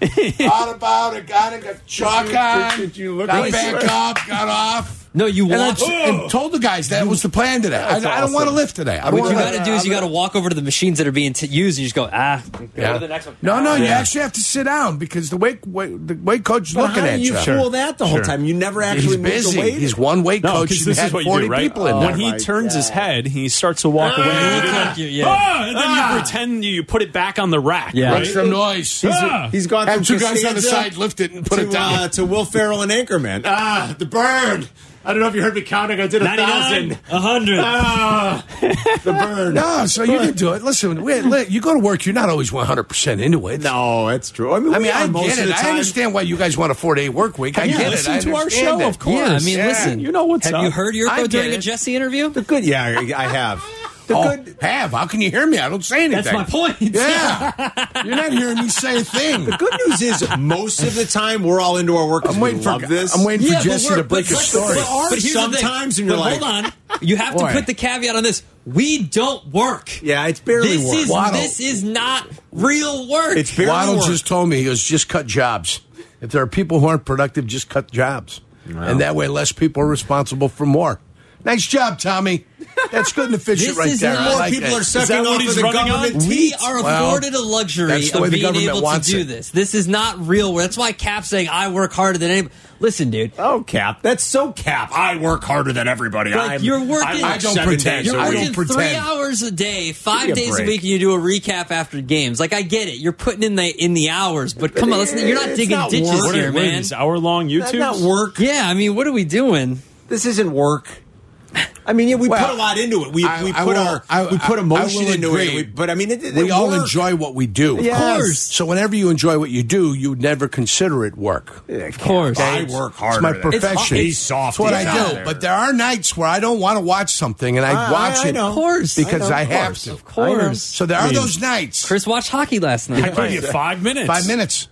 Speaker 4: thought about it, got it, got chalk on,
Speaker 3: did you look
Speaker 4: got
Speaker 3: like you
Speaker 4: back
Speaker 3: were-
Speaker 4: up, got off.
Speaker 5: No, you
Speaker 4: And,
Speaker 5: walked.
Speaker 4: that's- and told the guys that was the plan today. I, I don't want to lift today. I don't
Speaker 5: What you
Speaker 4: wanna
Speaker 5: got
Speaker 4: lift.
Speaker 5: to do is you got to walk over to the machines that are being t- used and you just go, ah, go
Speaker 4: Yeah.
Speaker 5: to the next one.
Speaker 4: No, no, you actually have to sit down because the weight, weight the weight coach is
Speaker 3: But
Speaker 4: looking
Speaker 3: how
Speaker 4: at
Speaker 3: do you
Speaker 4: you.
Speaker 3: fool that the whole
Speaker 2: Sure.
Speaker 3: time? You never
Speaker 4: He's
Speaker 3: actually moved
Speaker 4: busy.
Speaker 3: away.
Speaker 4: He's one weight
Speaker 2: No,
Speaker 4: coach
Speaker 2: because
Speaker 4: and
Speaker 2: this
Speaker 4: had
Speaker 2: is what you
Speaker 4: 40
Speaker 2: do, right?
Speaker 4: people in
Speaker 2: when
Speaker 4: there.
Speaker 2: he
Speaker 3: my
Speaker 2: turns his
Speaker 3: God.
Speaker 2: head, he starts to walk away.
Speaker 5: You
Speaker 2: and
Speaker 5: look
Speaker 2: you do
Speaker 5: like
Speaker 2: that.
Speaker 5: you- yeah.
Speaker 2: Ah, and then you pretend you put it back on the rack.
Speaker 5: Yeah.
Speaker 4: Make
Speaker 2: right?
Speaker 4: some noise.
Speaker 2: Ah!
Speaker 3: He's gone
Speaker 4: Have
Speaker 3: from
Speaker 4: two guys on the
Speaker 3: Costanza
Speaker 4: side lift it and put
Speaker 3: to,
Speaker 4: it down.
Speaker 3: uh, to Will Ferrell and Anchorman. Ah, the burn. I don't know if you heard me counting. I did a
Speaker 5: 99, 100.
Speaker 3: Ah, the burn.
Speaker 4: No, so you can do it. Listen, we, li- you go to work, you're not always 100% into it.
Speaker 3: No, it's true. I mean,
Speaker 4: I
Speaker 3: we
Speaker 4: mean,
Speaker 3: are
Speaker 4: I
Speaker 3: most
Speaker 4: get
Speaker 3: of
Speaker 4: it.
Speaker 3: the time.
Speaker 4: I understand why you guys want a four day work week. I
Speaker 3: Yeah,
Speaker 4: get it.
Speaker 3: listen
Speaker 4: I
Speaker 3: to our show,
Speaker 4: understand it.
Speaker 3: of course.
Speaker 5: Yeah, I mean,
Speaker 4: Yeah.
Speaker 5: listen.
Speaker 2: You know what's
Speaker 5: Have
Speaker 2: up.
Speaker 5: you heard
Speaker 4: I
Speaker 5: Yurko
Speaker 4: get
Speaker 5: during a
Speaker 4: it.
Speaker 5: Jesse interview?
Speaker 3: The good, yeah, I I have. The
Speaker 4: Oh,
Speaker 3: good,
Speaker 4: have. How can you hear me? I don't say anything.
Speaker 5: That's my point.
Speaker 4: Yeah. you're not hearing me say a thing.
Speaker 3: good news is most of the time we're all into our work. 'cause
Speaker 4: I'm waiting
Speaker 3: we
Speaker 4: for
Speaker 3: love this.
Speaker 4: I'm waiting for
Speaker 5: Yeah, but
Speaker 4: Jesse
Speaker 5: we're-
Speaker 4: to break
Speaker 5: but-
Speaker 4: his
Speaker 5: but-
Speaker 4: story.
Speaker 5: But, but here's the thing.
Speaker 3: Sometimes and you're
Speaker 5: But
Speaker 3: like-
Speaker 5: hold on. You have to
Speaker 4: Boy.
Speaker 5: put the caveat on this. We don't work.
Speaker 3: Yeah, it's barely
Speaker 5: this
Speaker 3: work.
Speaker 5: Is,
Speaker 4: Waddle.
Speaker 5: this is not real work.
Speaker 3: It's barely
Speaker 4: Waddle
Speaker 3: work.
Speaker 4: just told me, he goes, just cut jobs. If there are people who aren't productive, just cut jobs. And that way, less people are responsible for more. Nice job, Tommy. That's good and efficient
Speaker 5: This
Speaker 4: right
Speaker 5: is
Speaker 4: there. I
Speaker 5: more
Speaker 4: like
Speaker 3: people
Speaker 4: that.
Speaker 3: are
Speaker 2: Is that
Speaker 3: sucking
Speaker 2: what
Speaker 3: off
Speaker 2: he's
Speaker 3: of the
Speaker 2: running on?
Speaker 3: government
Speaker 5: we
Speaker 3: teeth.
Speaker 5: are
Speaker 4: Well,
Speaker 5: afforded a luxury
Speaker 4: that's the way
Speaker 5: of
Speaker 4: the
Speaker 5: being
Speaker 4: government
Speaker 5: able to
Speaker 4: wants
Speaker 5: do
Speaker 4: it.
Speaker 5: this. This is not real work. That's why Cap saying I work harder than anybody. Listen, dude.
Speaker 3: Oh, Cap, that's so Cap. I work harder than everybody.
Speaker 5: Like,
Speaker 3: I'm,
Speaker 5: you're working-
Speaker 3: I'm
Speaker 5: I
Speaker 3: like
Speaker 4: don't
Speaker 3: seven
Speaker 4: pretend.
Speaker 3: days a
Speaker 5: You're
Speaker 4: I
Speaker 3: week.
Speaker 4: don't
Speaker 5: working three
Speaker 4: pretend.
Speaker 5: hours a day,
Speaker 3: me
Speaker 5: five
Speaker 3: a
Speaker 5: days a
Speaker 3: break.
Speaker 5: week, and you do a recap after games. Like I get it, you're putting in the in the hours, but come on, listen, you're not
Speaker 3: It's
Speaker 5: digging
Speaker 3: not
Speaker 5: ditches
Speaker 3: work.
Speaker 2: What are,
Speaker 5: here,
Speaker 2: what are
Speaker 5: man.
Speaker 2: these hour long
Speaker 3: That's
Speaker 2: YouTube?
Speaker 3: not work.
Speaker 5: Yeah, I mean, what are we doing?
Speaker 3: This isn't work. I mean, yeah, we
Speaker 4: Well,
Speaker 3: put a lot into it. We,
Speaker 4: I-
Speaker 3: we
Speaker 4: I
Speaker 3: put
Speaker 4: will-
Speaker 3: our
Speaker 4: I-
Speaker 3: we put
Speaker 4: I-
Speaker 3: emotion
Speaker 4: I will
Speaker 3: into it.
Speaker 4: agree.
Speaker 3: We, but I mean, it, it,
Speaker 4: we
Speaker 3: it
Speaker 4: all
Speaker 3: work.
Speaker 4: enjoy what we do.
Speaker 3: Yes. course.
Speaker 4: So whenever you enjoy what you do, you never consider it work.
Speaker 5: Of course.
Speaker 3: I work harder.
Speaker 4: It's my
Speaker 3: than-
Speaker 4: profession.
Speaker 3: He's soft.
Speaker 4: It's what
Speaker 3: he's
Speaker 4: I
Speaker 3: out
Speaker 4: do.
Speaker 3: there.
Speaker 4: But there are nights where I don't want to watch something, and I,
Speaker 3: I-
Speaker 4: watch
Speaker 3: I
Speaker 4: it
Speaker 3: know.
Speaker 5: Of course.
Speaker 4: because I,
Speaker 3: I know, of
Speaker 4: have
Speaker 3: course.
Speaker 4: to.
Speaker 5: Of course.
Speaker 4: So there are those nights.
Speaker 5: Chris watched hockey last night.
Speaker 2: I gave you five minutes.
Speaker 4: five minutes,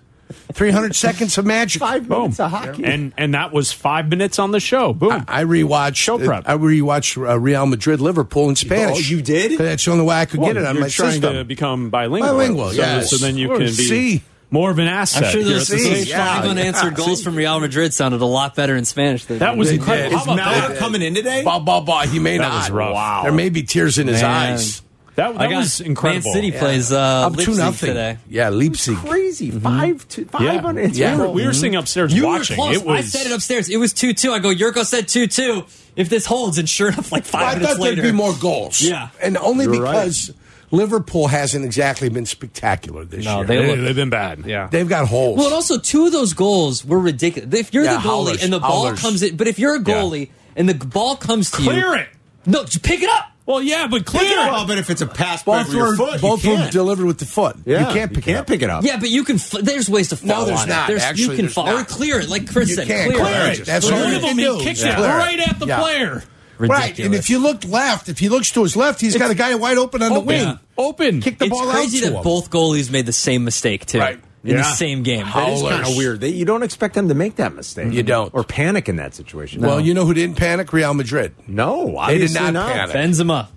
Speaker 4: three hundred seconds of magic.
Speaker 3: five minutes of hockey.
Speaker 2: And and that was five minutes on the show. Boom.
Speaker 4: I rewatched.
Speaker 2: Show prep.
Speaker 4: I rewatched uh, Real Madrid Liverpool in Spanish.
Speaker 3: Oh, you did?
Speaker 4: 'Cause That's the only way I could
Speaker 2: Well,
Speaker 4: get it on
Speaker 2: you're
Speaker 4: my
Speaker 2: trying
Speaker 4: system.
Speaker 2: to become bilingual.
Speaker 4: Bilingual,
Speaker 2: so,
Speaker 4: yes.
Speaker 2: So then you
Speaker 4: Of
Speaker 2: can be
Speaker 4: course. See.
Speaker 2: more of an asset.
Speaker 5: I'm sure
Speaker 2: here
Speaker 5: those,
Speaker 2: at the
Speaker 4: See,
Speaker 5: those
Speaker 2: station.
Speaker 4: yeah,
Speaker 5: five unanswered goals from Real Madrid sounded a lot better in Spanish than
Speaker 2: That was
Speaker 5: than-
Speaker 2: incredible.
Speaker 3: Is
Speaker 2: How about
Speaker 3: Mel
Speaker 2: that?
Speaker 3: coming in today?
Speaker 4: Bah bah bah. He may
Speaker 2: That
Speaker 4: not.
Speaker 2: was rough. Wow.
Speaker 4: There may be tears in his
Speaker 5: Man.
Speaker 4: eyes.
Speaker 2: That, that
Speaker 5: I got
Speaker 2: was incredible.
Speaker 5: Man City plays uh,
Speaker 4: Up
Speaker 5: Leipzig
Speaker 4: two nothing.
Speaker 5: today.
Speaker 4: Yeah, Leipzig.
Speaker 3: Crazy. Five to five
Speaker 2: Yeah.
Speaker 3: on it's
Speaker 4: Yeah.
Speaker 2: We were, we were sitting upstairs
Speaker 5: You
Speaker 2: watching.
Speaker 5: were close.
Speaker 2: It was.
Speaker 5: I said it upstairs. It was two two. I go. Yurko said two two. If this holds, and sure enough, like five
Speaker 4: I
Speaker 5: minutes
Speaker 4: thought
Speaker 5: later,
Speaker 4: there'd be more goals.
Speaker 5: Yeah.
Speaker 4: and only
Speaker 3: You're right.
Speaker 4: because Liverpool hasn't exactly been spectacular this
Speaker 5: No,
Speaker 4: year.
Speaker 5: they
Speaker 2: They,
Speaker 5: looked-
Speaker 2: have been bad. Yeah.
Speaker 4: They've got holes.
Speaker 5: Well, and also two of those goals were ridiculous. If you're
Speaker 4: Yeah,
Speaker 5: the goalie
Speaker 4: howlers,
Speaker 5: and the ball
Speaker 4: howlers.
Speaker 5: comes in, but if you're a goalie and the ball comes to you,
Speaker 2: Clear it.
Speaker 5: No, just pick it up.
Speaker 2: Well, yeah, but clear. it.
Speaker 3: Well, but if it's a pass back
Speaker 4: both
Speaker 3: with your
Speaker 4: were
Speaker 3: foot,
Speaker 4: both
Speaker 3: you
Speaker 4: were
Speaker 3: can't.
Speaker 4: delivered with the foot.
Speaker 3: Yeah,
Speaker 4: you can't pick it up.
Speaker 5: Yeah, but you can. F- there's ways to
Speaker 4: No,
Speaker 5: fall.
Speaker 4: there's
Speaker 5: on
Speaker 4: not.
Speaker 5: It. There's, you
Speaker 4: Actually,
Speaker 5: can
Speaker 4: there's
Speaker 5: fall or
Speaker 4: not.
Speaker 5: clear it, like Chris
Speaker 4: You
Speaker 5: said.
Speaker 4: can't
Speaker 5: clear
Speaker 4: clear
Speaker 5: it.
Speaker 4: it. That's
Speaker 2: one
Speaker 4: all
Speaker 2: of
Speaker 4: you
Speaker 2: them.
Speaker 4: can
Speaker 2: He
Speaker 4: do.
Speaker 2: kicked
Speaker 4: Yeah.
Speaker 2: it right at the
Speaker 4: Yeah.
Speaker 2: player.
Speaker 4: Right, and if you look left, if he looks to his left, he's got a guy wide open on the
Speaker 2: Open.
Speaker 4: wing.
Speaker 2: Yeah. Open.
Speaker 4: Kick the
Speaker 5: it's
Speaker 4: ball
Speaker 5: crazy
Speaker 4: out to
Speaker 5: that
Speaker 4: him.
Speaker 5: both goalies made the same mistake too
Speaker 4: Right.
Speaker 5: in the
Speaker 2: Yeah.
Speaker 5: same game.
Speaker 4: How-
Speaker 3: That is kind
Speaker 4: Ballers.
Speaker 3: of weird. They, you don't expect them to make that mistake.
Speaker 4: You don't.
Speaker 3: Or panic in that situation.
Speaker 4: Well, you know who didn't panic? Real Madrid.
Speaker 3: no,
Speaker 4: They did
Speaker 3: obviously
Speaker 4: not panic.
Speaker 5: Benzema,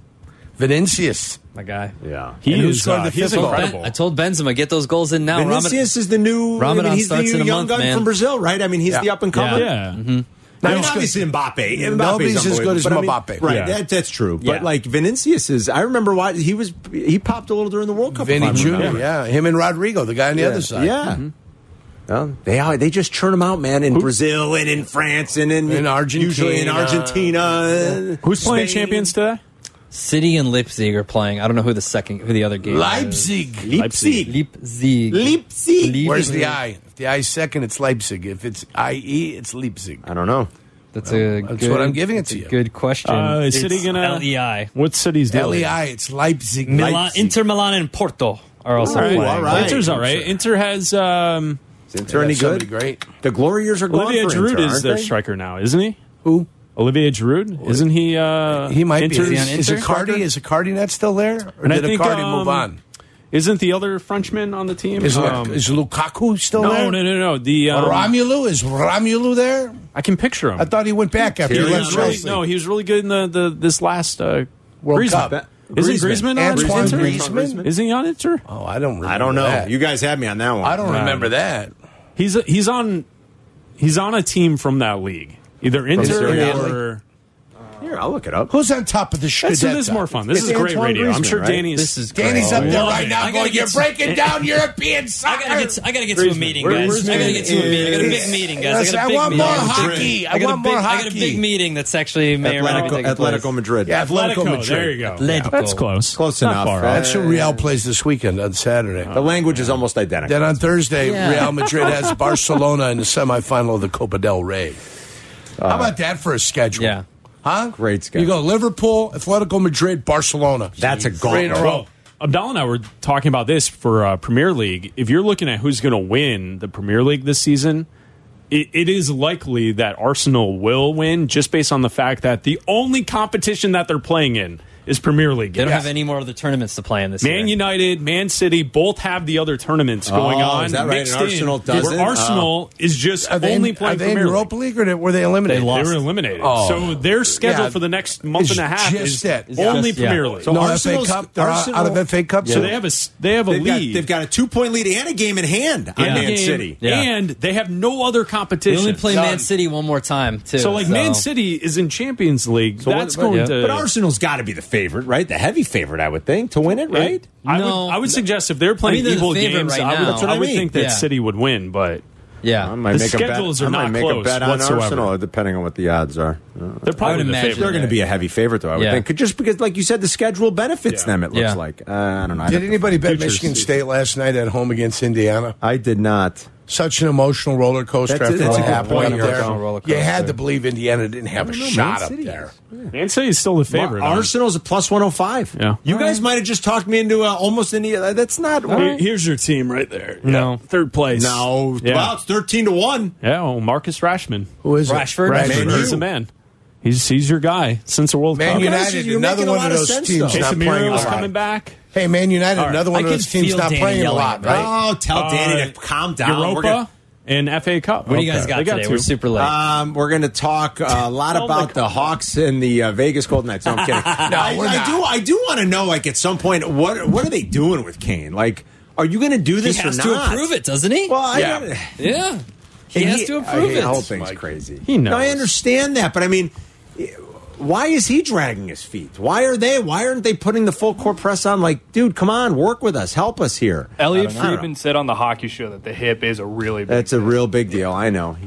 Speaker 4: Vinicius.
Speaker 5: my guy.
Speaker 3: Yeah.
Speaker 2: He
Speaker 4: And who
Speaker 2: is.
Speaker 4: scored
Speaker 2: Uh,
Speaker 4: the
Speaker 2: he's
Speaker 4: fifth goal?
Speaker 2: incredible.
Speaker 5: Ben- I told Benzema get those goals in now. Ramen-
Speaker 3: Vinicius is the new. I
Speaker 5: Ramadan
Speaker 3: mean, he's the
Speaker 5: starts
Speaker 3: new
Speaker 5: in a
Speaker 3: young
Speaker 5: month,
Speaker 3: gun
Speaker 5: man.
Speaker 3: from Brazil, right? I mean, he's
Speaker 4: Yeah.
Speaker 3: the up and coming.
Speaker 2: Yeah.
Speaker 3: I mean,
Speaker 4: Now,
Speaker 3: obviously Mbappe. Mbappe's
Speaker 4: Nobody's as good as
Speaker 3: unbelievable,
Speaker 4: Mbappe.
Speaker 3: but I mean- right?
Speaker 2: Yeah.
Speaker 3: That, that's true. But
Speaker 5: Yeah.
Speaker 3: like Vinicius is, I remember why he was. He popped a little during the World Cup. if
Speaker 4: Vinny
Speaker 3: I'm
Speaker 4: Jr.
Speaker 3: remembering.
Speaker 4: Yeah, him and Rodrigo, the guy on the other side.
Speaker 3: Yeah. Well, they are, they just churn them out, man. In Brazil and in France and in,
Speaker 4: In Argentina.
Speaker 3: usually in Argentina.
Speaker 2: Who's playing
Speaker 3: Spain.
Speaker 2: champions today?
Speaker 5: City and Leipzig are playing. I don't know who the second, who the other game. is.
Speaker 4: Leipzig.
Speaker 3: Leipzig.
Speaker 5: Leipzig.
Speaker 3: Leipzig.
Speaker 5: Leip-
Speaker 4: Where's the I? If the I is second, it's Leipzig. If it's IE, it's Leipzig.
Speaker 3: I don't know.
Speaker 5: That's a.
Speaker 4: That's
Speaker 5: good,
Speaker 4: what I'm giving it
Speaker 5: that's
Speaker 4: to
Speaker 5: a
Speaker 4: you.
Speaker 5: Good question.
Speaker 2: Uh, is
Speaker 5: It's E
Speaker 2: City gonna
Speaker 5: LEI.
Speaker 2: What city's doing?
Speaker 4: LEI, it's Leipzig.
Speaker 5: Milan, Inter Milan and Porto are also
Speaker 2: All right.
Speaker 5: playing.
Speaker 3: all right.
Speaker 2: Inter's all right. Inter has um,
Speaker 3: Is Inter any
Speaker 4: Somebody
Speaker 3: good?
Speaker 4: Great.
Speaker 3: The Glory years are gone
Speaker 2: Olivia
Speaker 3: for
Speaker 2: Giroud
Speaker 3: Inter,
Speaker 2: is
Speaker 3: aren't
Speaker 2: their
Speaker 3: they?
Speaker 2: striker now, isn't he?
Speaker 4: Who?
Speaker 2: Olivier Giroud, isn't he? Uh,
Speaker 4: He might
Speaker 2: Inter's-
Speaker 4: be. Is
Speaker 2: Inter's
Speaker 4: Icardi?
Speaker 2: striker?
Speaker 4: Is Icardi not still there, or
Speaker 2: And I
Speaker 4: did
Speaker 2: think,
Speaker 4: Icardi
Speaker 2: um,
Speaker 4: move on?
Speaker 2: Isn't the other Frenchman on the team?
Speaker 4: Is,
Speaker 2: Um,
Speaker 4: is Lukaku still
Speaker 2: no, no,
Speaker 4: there?
Speaker 2: no, no. The
Speaker 4: Or
Speaker 2: um,
Speaker 4: Romelu is Romelu there?
Speaker 2: I can picture him.
Speaker 4: I thought he went back after he
Speaker 2: he
Speaker 3: Tyrion
Speaker 4: left
Speaker 2: was really,
Speaker 4: Chelsea.
Speaker 2: no, he was really good in the, the this last uh,
Speaker 4: World
Speaker 2: Griezmann.
Speaker 4: Cup.
Speaker 2: Isn't Griezmann,
Speaker 4: Antoine
Speaker 2: on Inter?
Speaker 4: Griezmann?
Speaker 2: Isn't he on Inter?
Speaker 4: Oh, I don't. Remember
Speaker 3: I don't know.
Speaker 4: that.
Speaker 3: You guys had me on that one.
Speaker 4: I don't remember that.
Speaker 2: He's he's on he's on a team from that league, either Inter
Speaker 3: Serie A.
Speaker 2: or.
Speaker 3: Here, I'll look it up.
Speaker 4: Who's on top of the Scudetto?
Speaker 2: This, this is more fun. This
Speaker 3: It's
Speaker 2: is great
Speaker 3: Antoine
Speaker 2: radio. I'm
Speaker 3: Griezmann,
Speaker 2: sure
Speaker 3: right?
Speaker 2: Danny's.
Speaker 5: This is great.
Speaker 4: Danny's up there
Speaker 2: Love
Speaker 4: right
Speaker 2: it.
Speaker 4: now
Speaker 5: I gotta
Speaker 4: going,
Speaker 5: get
Speaker 4: "You're
Speaker 5: some-
Speaker 4: breaking down European
Speaker 5: I
Speaker 4: soccer."
Speaker 5: gotta get. To, I gotta get to a
Speaker 2: Griezmann.
Speaker 5: meeting,
Speaker 2: Where-
Speaker 5: guys.
Speaker 2: where's
Speaker 5: I gotta
Speaker 2: Griezmann?
Speaker 5: get to a meeting. I got a big meeting, guys. I got a
Speaker 4: I
Speaker 5: big
Speaker 4: want
Speaker 5: meeting.
Speaker 4: more
Speaker 5: I got a big-
Speaker 4: hockey. I
Speaker 5: got a
Speaker 4: want
Speaker 5: big-
Speaker 4: more
Speaker 5: I got a big
Speaker 4: hockey.
Speaker 5: meeting that's actually may or may not
Speaker 3: Atletico,
Speaker 5: take place.
Speaker 3: Atletico Madrid.
Speaker 4: Yeah, Atletico
Speaker 2: Atletico.
Speaker 4: Madrid.
Speaker 2: There you go.
Speaker 5: Atletico.
Speaker 2: That's close.
Speaker 3: Close
Speaker 2: Not
Speaker 3: enough,
Speaker 2: far
Speaker 3: right?
Speaker 2: off.
Speaker 4: That's who Real plays this weekend on Saturday.
Speaker 3: The language is almost identical.
Speaker 4: Then on Thursday,
Speaker 5: Yeah.
Speaker 4: Real Madrid has Barcelona in the semifinal of the Copa del Rey. How about that for a schedule?
Speaker 5: Yeah.
Speaker 4: Huh?
Speaker 3: Great schedule.
Speaker 4: You go Liverpool, Atletico Madrid, Barcelona.
Speaker 3: That's a
Speaker 4: Three in a
Speaker 3: gauntlet.
Speaker 4: row.
Speaker 2: Abdallah and I were talking about this for uh, Premier League. If you're looking at who's going to win the Premier League this season, it, it is likely that Arsenal will win just based on the fact that the only competition that they're playing in is Premier League.
Speaker 5: They don't
Speaker 2: games.
Speaker 5: have any more of the tournaments to play in this year.
Speaker 2: Man United, Man City, both have the other tournaments going
Speaker 3: Oh,
Speaker 2: on.
Speaker 3: is that right?
Speaker 2: mixed
Speaker 3: And Arsenal
Speaker 2: in,
Speaker 3: doesn't?
Speaker 2: Where Arsenal is just
Speaker 4: Are they,
Speaker 2: only
Speaker 4: in,
Speaker 2: playing
Speaker 4: are they in
Speaker 2: Premier
Speaker 4: Europa League or were they eliminated?
Speaker 2: League. They were eliminated.
Speaker 4: Oh.
Speaker 2: So their schedule
Speaker 4: Yeah.
Speaker 2: for the next month
Speaker 4: It's
Speaker 2: and a half
Speaker 4: just
Speaker 2: is
Speaker 4: it. It's
Speaker 2: only
Speaker 5: just- yeah.
Speaker 2: Premier League.
Speaker 3: So
Speaker 4: no
Speaker 3: Arsenal's-
Speaker 4: FA Cup. They're
Speaker 3: Arsenal-
Speaker 4: out of FA Cup.
Speaker 2: So they have a s- they have a
Speaker 3: They've got,
Speaker 2: lead.
Speaker 3: they've got a two point lead and a game in hand on
Speaker 5: Yeah.
Speaker 3: Man
Speaker 2: game,
Speaker 3: City.
Speaker 5: Yeah.
Speaker 2: and they have no other
Speaker 5: They
Speaker 2: competition.
Speaker 5: only play
Speaker 4: None.
Speaker 5: Man City one more time too.
Speaker 2: so, like Man City is in Champions League.
Speaker 3: what-
Speaker 2: That's
Speaker 3: but-
Speaker 2: going
Speaker 5: yeah.
Speaker 2: to.
Speaker 3: But Arsenal's got to be the favorite, right? The heavy favorite, I would think, to win it, right?
Speaker 2: I
Speaker 5: No.
Speaker 2: would, I would suggest if they're playing
Speaker 5: I mean, they're the
Speaker 2: equal
Speaker 5: favorite
Speaker 2: games,
Speaker 5: right
Speaker 2: I
Speaker 5: now.
Speaker 2: would,
Speaker 5: That's what
Speaker 3: I
Speaker 2: I would
Speaker 3: mean.
Speaker 2: think that
Speaker 5: Yeah.
Speaker 2: City would win. But
Speaker 5: Yeah.
Speaker 2: The schedules are
Speaker 3: I might
Speaker 2: not
Speaker 3: make
Speaker 2: close
Speaker 3: a bet on
Speaker 2: whatsoever.
Speaker 3: Arsenal, depending on what the odds are.
Speaker 2: they're probably the
Speaker 5: imagine
Speaker 2: favorite.
Speaker 3: They're going to be a heavy favorite, though. I would
Speaker 5: Yeah.
Speaker 3: think, Could- just because, like you said, the schedule benefits
Speaker 2: Yeah.
Speaker 3: them. It looks
Speaker 5: Yeah.
Speaker 3: like uh, I don't know. I'd have
Speaker 4: Did
Speaker 3: to-
Speaker 4: anybody bet
Speaker 2: Futures.
Speaker 4: Michigan State last night at home against Indiana?
Speaker 3: I did not.
Speaker 4: Such an emotional roller coaster
Speaker 3: That's a-
Speaker 4: after
Speaker 3: that's
Speaker 4: what
Speaker 3: a good
Speaker 4: happened
Speaker 3: point.
Speaker 4: there.
Speaker 5: Emotional roller
Speaker 4: You had
Speaker 5: coaster.
Speaker 4: to believe Indiana didn't have a shot up
Speaker 3: City
Speaker 4: there.
Speaker 2: Man City's still the favorite.
Speaker 3: Well,
Speaker 2: huh?
Speaker 3: Arsenal's a plus one hundred five.
Speaker 2: Yeah.
Speaker 3: You
Speaker 2: All
Speaker 3: guys
Speaker 2: right.
Speaker 3: might have just talked me into uh, almost any. Uh, that's not
Speaker 2: Here-
Speaker 3: right.
Speaker 2: Here's your team right there. Yeah.
Speaker 5: No.
Speaker 2: third place.
Speaker 3: No,
Speaker 2: Yeah.
Speaker 3: wow, it's thirteen to one.
Speaker 2: Yeah. Well, Marcus Rashman.
Speaker 4: Who is it?
Speaker 5: Rashford?
Speaker 3: Man
Speaker 2: Rashford.
Speaker 3: U.
Speaker 2: He's a man. He's he's your guy since the World
Speaker 4: Man
Speaker 2: Cup.
Speaker 3: guys,
Speaker 4: United,
Speaker 3: you're
Speaker 4: another
Speaker 3: making a
Speaker 4: one of
Speaker 3: lot of
Speaker 4: those
Speaker 3: sense,
Speaker 4: teams
Speaker 3: though.
Speaker 4: not playing a
Speaker 2: Casemiro is
Speaker 4: lot.
Speaker 2: coming back.
Speaker 4: Hey, Man United,
Speaker 2: right.
Speaker 4: another one
Speaker 5: I
Speaker 4: of
Speaker 5: can
Speaker 4: those teams
Speaker 5: feel
Speaker 4: not
Speaker 5: Danny
Speaker 4: playing a
Speaker 5: yelling
Speaker 4: lot,
Speaker 5: at me.
Speaker 4: right?
Speaker 3: Oh, tell Danny
Speaker 2: Uh,
Speaker 3: to calm down. We're gonna-
Speaker 2: Europa and FA Cup.
Speaker 5: What do you guys
Speaker 2: Okay.
Speaker 5: got
Speaker 2: They
Speaker 5: today? We're
Speaker 2: two.
Speaker 5: super late.
Speaker 3: Um, we're going to talk a lot
Speaker 2: Oh my
Speaker 3: about the Hawks and the uh, Vegas Golden Knights. No, I'm kidding. no, I,
Speaker 4: we're
Speaker 3: I
Speaker 4: not.
Speaker 3: do. I do want to know, like, at some point, what what are they doing with Kane? Like, are you going to do
Speaker 5: he
Speaker 3: this
Speaker 5: has
Speaker 3: or
Speaker 5: to
Speaker 3: not?
Speaker 5: approve it, doesn't he?
Speaker 3: Well, I
Speaker 4: Yeah.
Speaker 3: gotta-
Speaker 5: yeah. He
Speaker 3: and
Speaker 5: has to approve
Speaker 3: I,
Speaker 5: it.
Speaker 3: The whole thing's crazy.
Speaker 2: He knows.
Speaker 3: No, I understand that, but I mean, why is he dragging his feet? Why are they? Why aren't they putting the full court press on? Like, dude, come on, work with us, help us here.
Speaker 7: Elliot
Speaker 3: I don't know.
Speaker 7: Friedman said on the hockey show that the hip is a really big
Speaker 3: That's a real big deal. I know.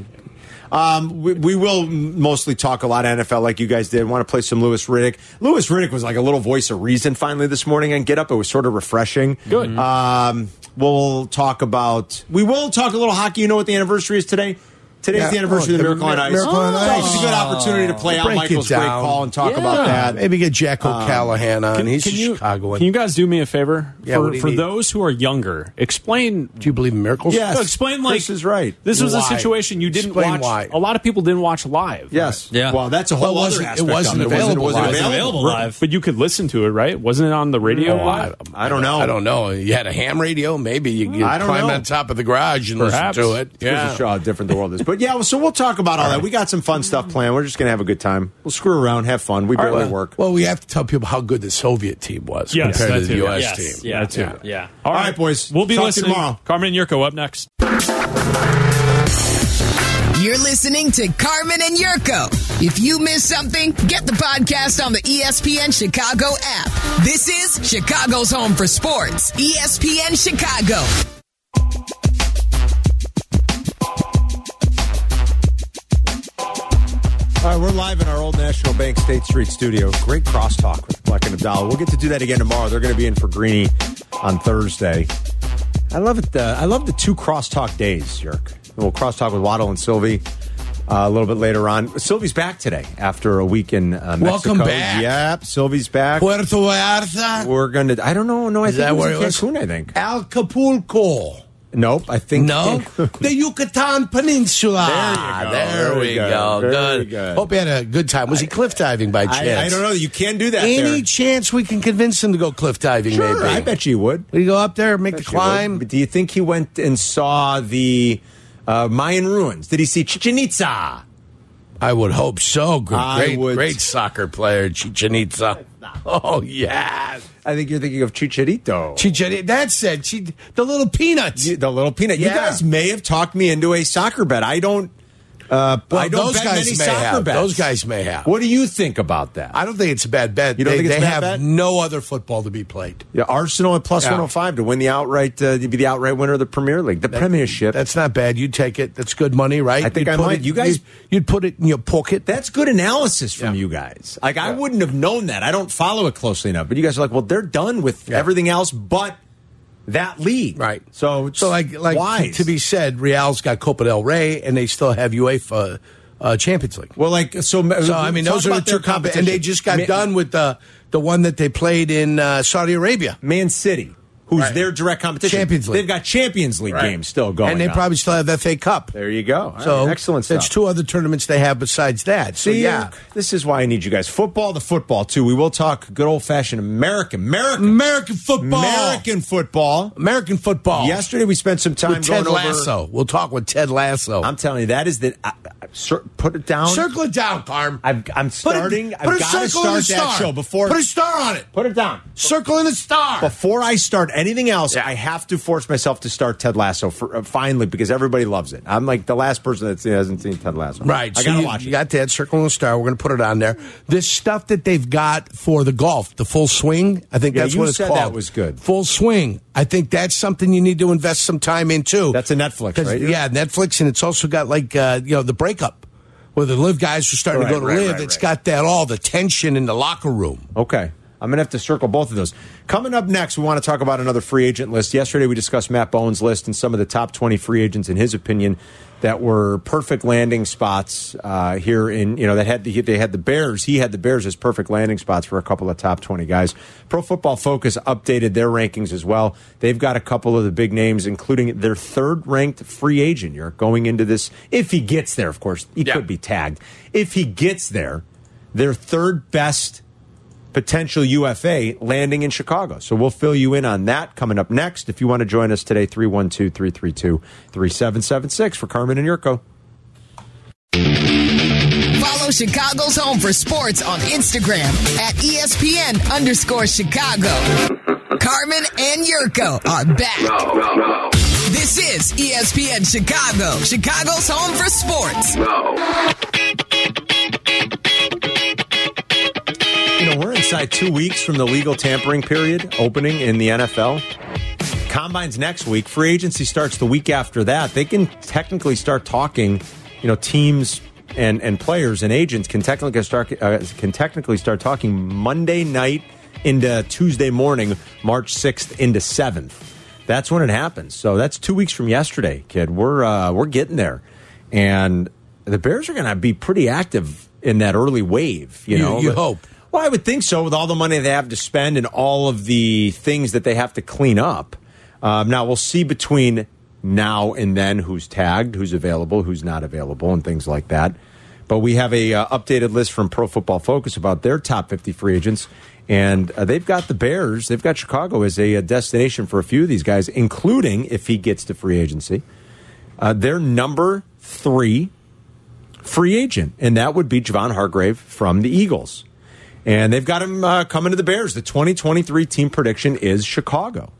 Speaker 3: Um, we, we will mostly talk a lot of NFL like you guys did. Want to play some Lewis Riddick. Lewis Riddick was like a little voice of reason finally this morning on Get Up. It was sort of refreshing.
Speaker 2: Good.
Speaker 3: Um, we'll talk about, we will talk a little hockey. You know what the anniversary is today? Today's
Speaker 4: Yeah.
Speaker 3: the anniversary
Speaker 4: Oh,
Speaker 3: of the
Speaker 4: the
Speaker 3: Miracle on
Speaker 4: Mi-
Speaker 3: Ice.
Speaker 4: Miracle on
Speaker 3: So
Speaker 4: Ice.
Speaker 3: It's a good opportunity to play out
Speaker 4: Break it
Speaker 3: Michael's great
Speaker 4: down.
Speaker 3: call and talk about that.
Speaker 4: Maybe get Jack O'Callahan on. He's
Speaker 2: Can
Speaker 4: a
Speaker 2: you,
Speaker 4: Chicagoan.
Speaker 2: can you guys do me a favor?
Speaker 4: Yeah, what
Speaker 2: for
Speaker 4: do you
Speaker 2: for
Speaker 4: need?
Speaker 2: those who are younger, explain
Speaker 4: Do you believe in miracles?
Speaker 3: Yes.
Speaker 2: No, explain like
Speaker 3: Chris is right.
Speaker 2: This was a
Speaker 4: Why?
Speaker 2: situation you didn't
Speaker 4: Explain
Speaker 2: watch.
Speaker 4: why.
Speaker 2: A lot of people didn't watch live.
Speaker 3: Yes.
Speaker 5: Yeah.
Speaker 3: Well, that's a whole
Speaker 4: Well, it
Speaker 3: other
Speaker 4: wasn't- it
Speaker 3: aspect. of it.
Speaker 4: wasn't
Speaker 3: It
Speaker 4: available
Speaker 3: wasn't,
Speaker 4: live.
Speaker 3: it wasn't available.
Speaker 5: available live.
Speaker 2: But you could listen to it, right? Wasn't it on the radio
Speaker 4: Oh, I,
Speaker 2: live?
Speaker 3: I don't know.
Speaker 4: I don't know. You had a ham radio. Maybe you, you
Speaker 3: I don't
Speaker 4: climb
Speaker 3: know.
Speaker 4: on top of the garage and
Speaker 2: Perhaps.
Speaker 4: listen to it.
Speaker 3: It goes to show how different the world is. But yeah, well, so we'll talk about all, that. We got some fun stuff planned. We're just going to have a good time. We'll screw around, have fun. We barely
Speaker 4: Well,
Speaker 3: work.
Speaker 4: well, we have to tell people how good the Soviet team was
Speaker 2: Yes,
Speaker 4: compared
Speaker 2: that
Speaker 4: to the
Speaker 2: too.
Speaker 4: U.S.
Speaker 5: yes.
Speaker 4: team.
Speaker 5: Yeah.
Speaker 2: That too.
Speaker 5: Yeah.
Speaker 3: All right, boys.
Speaker 2: We'll be
Speaker 3: Talk to you
Speaker 2: listening
Speaker 3: tomorrow.
Speaker 2: Carmen and Yurko up next.
Speaker 1: You're listening to Carmen and Yurko. If you miss something, get the podcast on the E ESPN Chicago app. This is Chicago's home for sports. E ESPN Chicago.
Speaker 3: All right, we're live in our old National Bank State Street studio. Great crosstalk with Black and Abdallah. We'll get to do that again tomorrow. They're going to be in for Greeny on Thursday. I love it. Uh, I love the two crosstalk days, Yerk. We'll crosstalk with Waddle and Sylvie uh, a little bit later on. Sylvie's back today after a week in uh, Mexico.
Speaker 4: Welcome back.
Speaker 3: Yep, Sylvie's back.
Speaker 4: Puerto Vallarta.
Speaker 3: We're going to. I don't know. No, I
Speaker 4: Is
Speaker 3: think
Speaker 4: that
Speaker 3: it was in
Speaker 4: where it was?
Speaker 3: Cancun. I think.
Speaker 4: Acapulco.
Speaker 3: Nope. I think
Speaker 4: No, the Yucatan Peninsula. Ah,
Speaker 3: There you go.
Speaker 4: There
Speaker 3: Very
Speaker 4: we go.
Speaker 3: good. Very
Speaker 4: Good.
Speaker 3: good.
Speaker 4: Hope you had a good time. Was he cliff diving by chance?
Speaker 3: I, I don't know. You can do that.
Speaker 4: Any
Speaker 3: there.
Speaker 4: chance we can convince him to go cliff diving?
Speaker 3: Sure,
Speaker 4: maybe
Speaker 3: I bet you would.
Speaker 4: we go up there, make the
Speaker 3: Sure would.
Speaker 4: climb.
Speaker 3: But do you think he went and saw the uh, Mayan ruins? Did he see Chichen Itza?
Speaker 4: I would hope so. Good,
Speaker 3: I
Speaker 4: great,
Speaker 3: would-
Speaker 4: great soccer player, Chichen Itza. Oh yes,
Speaker 3: I think you're thinking of Chicharito.
Speaker 4: Chichen. That said, she, the little peanuts.
Speaker 3: You- the little peanut. You
Speaker 4: Yeah.
Speaker 3: guys may have talked me into a soccer bet. I don't. Uh, I don't
Speaker 4: those
Speaker 3: bet
Speaker 4: guys
Speaker 3: many
Speaker 4: may
Speaker 3: soccer
Speaker 4: have.
Speaker 3: bets.
Speaker 4: Those guys may have.
Speaker 3: What do you think about that?
Speaker 4: I don't think it's a bad bet.
Speaker 3: You don't
Speaker 4: they
Speaker 3: think it's a
Speaker 4: they
Speaker 3: bad
Speaker 4: have
Speaker 3: bet?
Speaker 4: no other football to be played.
Speaker 3: Yeah, Arsenal at plus
Speaker 4: Yeah.
Speaker 3: 105 to win the outright uh, to be the outright winner of the Premier League, the Premiership.
Speaker 4: That's not bad. You take it. That's good money, right?
Speaker 3: I think
Speaker 4: You'd
Speaker 3: I
Speaker 4: put
Speaker 3: might.
Speaker 4: it-
Speaker 3: You guys-
Speaker 4: you'd, you'd put it in your pocket.
Speaker 3: That's good analysis from
Speaker 4: Yeah.
Speaker 3: you guys. Like I wouldn't have known that. I don't follow it closely enough. But you guys are like, well, they're done with
Speaker 4: Yeah.
Speaker 3: everything else but that league,
Speaker 4: Right.
Speaker 3: So, it's
Speaker 4: so like like
Speaker 3: wise.
Speaker 4: to be said, Real's got Copa del Rey, and they still have UEFA uh, Champions League.
Speaker 3: well, like so.
Speaker 4: So I mean, those are the two competitions, and they just got done with the the one that they played in uh, Saudi Arabia.
Speaker 3: Man City, who's
Speaker 4: Right.
Speaker 3: their direct competition.
Speaker 4: Champions League.
Speaker 3: They've got Champions League
Speaker 4: Right.
Speaker 3: games still going,
Speaker 4: and they
Speaker 3: on.
Speaker 4: probably still have FA Cup.
Speaker 3: there you go. All
Speaker 4: So
Speaker 3: right, excellent.
Speaker 4: That's
Speaker 3: stuff.
Speaker 4: two other tournaments they have besides that. So
Speaker 3: See,
Speaker 4: yeah,
Speaker 3: this is why I need you guys. Football, the football too. We will talk good old fashioned American, American,
Speaker 4: American football.
Speaker 3: American football.
Speaker 4: American football.
Speaker 3: Yesterday we spent some time
Speaker 4: with
Speaker 3: going
Speaker 4: Ted
Speaker 3: over.
Speaker 4: Lasso. We'll talk with Ted Lasso.
Speaker 3: I'm telling you, that is the I, I- cir- put it down.
Speaker 4: Circle it down, Carm.
Speaker 3: I've, I'm
Speaker 4: Put a-
Speaker 3: starting.
Speaker 4: Put a,
Speaker 3: I've got to
Speaker 4: circle and
Speaker 3: start
Speaker 4: a
Speaker 3: that
Speaker 4: star.
Speaker 3: show before.
Speaker 4: Put a star on it.
Speaker 3: Put it down.
Speaker 4: Circle and a star.
Speaker 3: Before I start anything else,
Speaker 4: Yeah.
Speaker 3: I have to force myself to start Ted Lasso for, uh, finally because everybody loves it. I'm like the last person that hasn't seen Ted Lasso.
Speaker 4: Right.
Speaker 3: I
Speaker 4: so
Speaker 3: gotta
Speaker 4: you,
Speaker 3: watch it.
Speaker 4: You got that circle and a star. We're going to put it on there. This stuff that they've got for the golf, the full swing. I think
Speaker 3: Yeah,
Speaker 4: that's
Speaker 3: you
Speaker 4: what it's
Speaker 3: said
Speaker 4: called.
Speaker 3: that was good.
Speaker 4: Full swing. I think that's something you need to invest some time in too.
Speaker 3: That's a Netflix,
Speaker 4: 'Cause,
Speaker 3: right?
Speaker 4: Yeah, Netflix, and it's also got like uh, you know the breakup. Where the live guys are starting to
Speaker 3: Right,
Speaker 4: go to
Speaker 3: right,
Speaker 4: live,
Speaker 3: right,
Speaker 4: It's
Speaker 3: right.
Speaker 4: got that all the tension in the locker room.
Speaker 3: Okay. I'm going to have to circle both of those. Coming up next, we want to talk about another free agent list. Yesterday, we discussed Matt Bowen's list and some of the top 20 free agents, in his opinion, that were perfect landing spots uh, here in, you know, that had the, they had the Bears. He had the Bears as perfect landing spots for a couple of top 20 guys. Pro Football Focus updated their rankings as well. They've got a couple of the big names, including their third ranked free agent. You're going into this, if he gets there, of course, he
Speaker 4: Yeah.
Speaker 3: could be tagged. If he gets there, their third best potential UFA landing in Chicago. So we'll fill you in on that coming up next. If you want to join us today, 312 332 3776 for Carmen and Yurko.
Speaker 1: Follow Chicago's Home for Sports on Instagram at E ESPN underscore Chicago. Carmen and Yurko are back. This is E ESPN Chicago, Chicago's Home for Sports.
Speaker 3: You know, we're inside two weeks from the legal tampering period opening in the NFL. Combine's next week. Free agency starts the week after that. They can technically start talking, you know, teams and, and players and agents can technically start uh, can technically start talking Monday night into Tuesday morning, March 6th into 7th. That's when it happens. So that's 2 weeks from yesterday, kid. We're uh, we're getting there. And the Bears are going to be pretty active in that early wave, you
Speaker 4: You-
Speaker 3: know.
Speaker 4: you
Speaker 3: But-
Speaker 4: hope.
Speaker 3: well, I would think so, with all the money they have to spend and all of the things that they have to clean up. Um, now, we'll see between now and then who's tagged, who's available, who's not available, and things like that. But we have a uh, updated list from Pro Football Focus about their top 50 free agents, and uh, they've got the Bears, they've got Chicago as a, uh destination for a few of these guys, including if he gets to free agency. Uh, their number three free agent, and that would be Javon Hargrave from the Eagles. And they've got him uh, coming to the Bears. The 2023 team prediction is Chicago.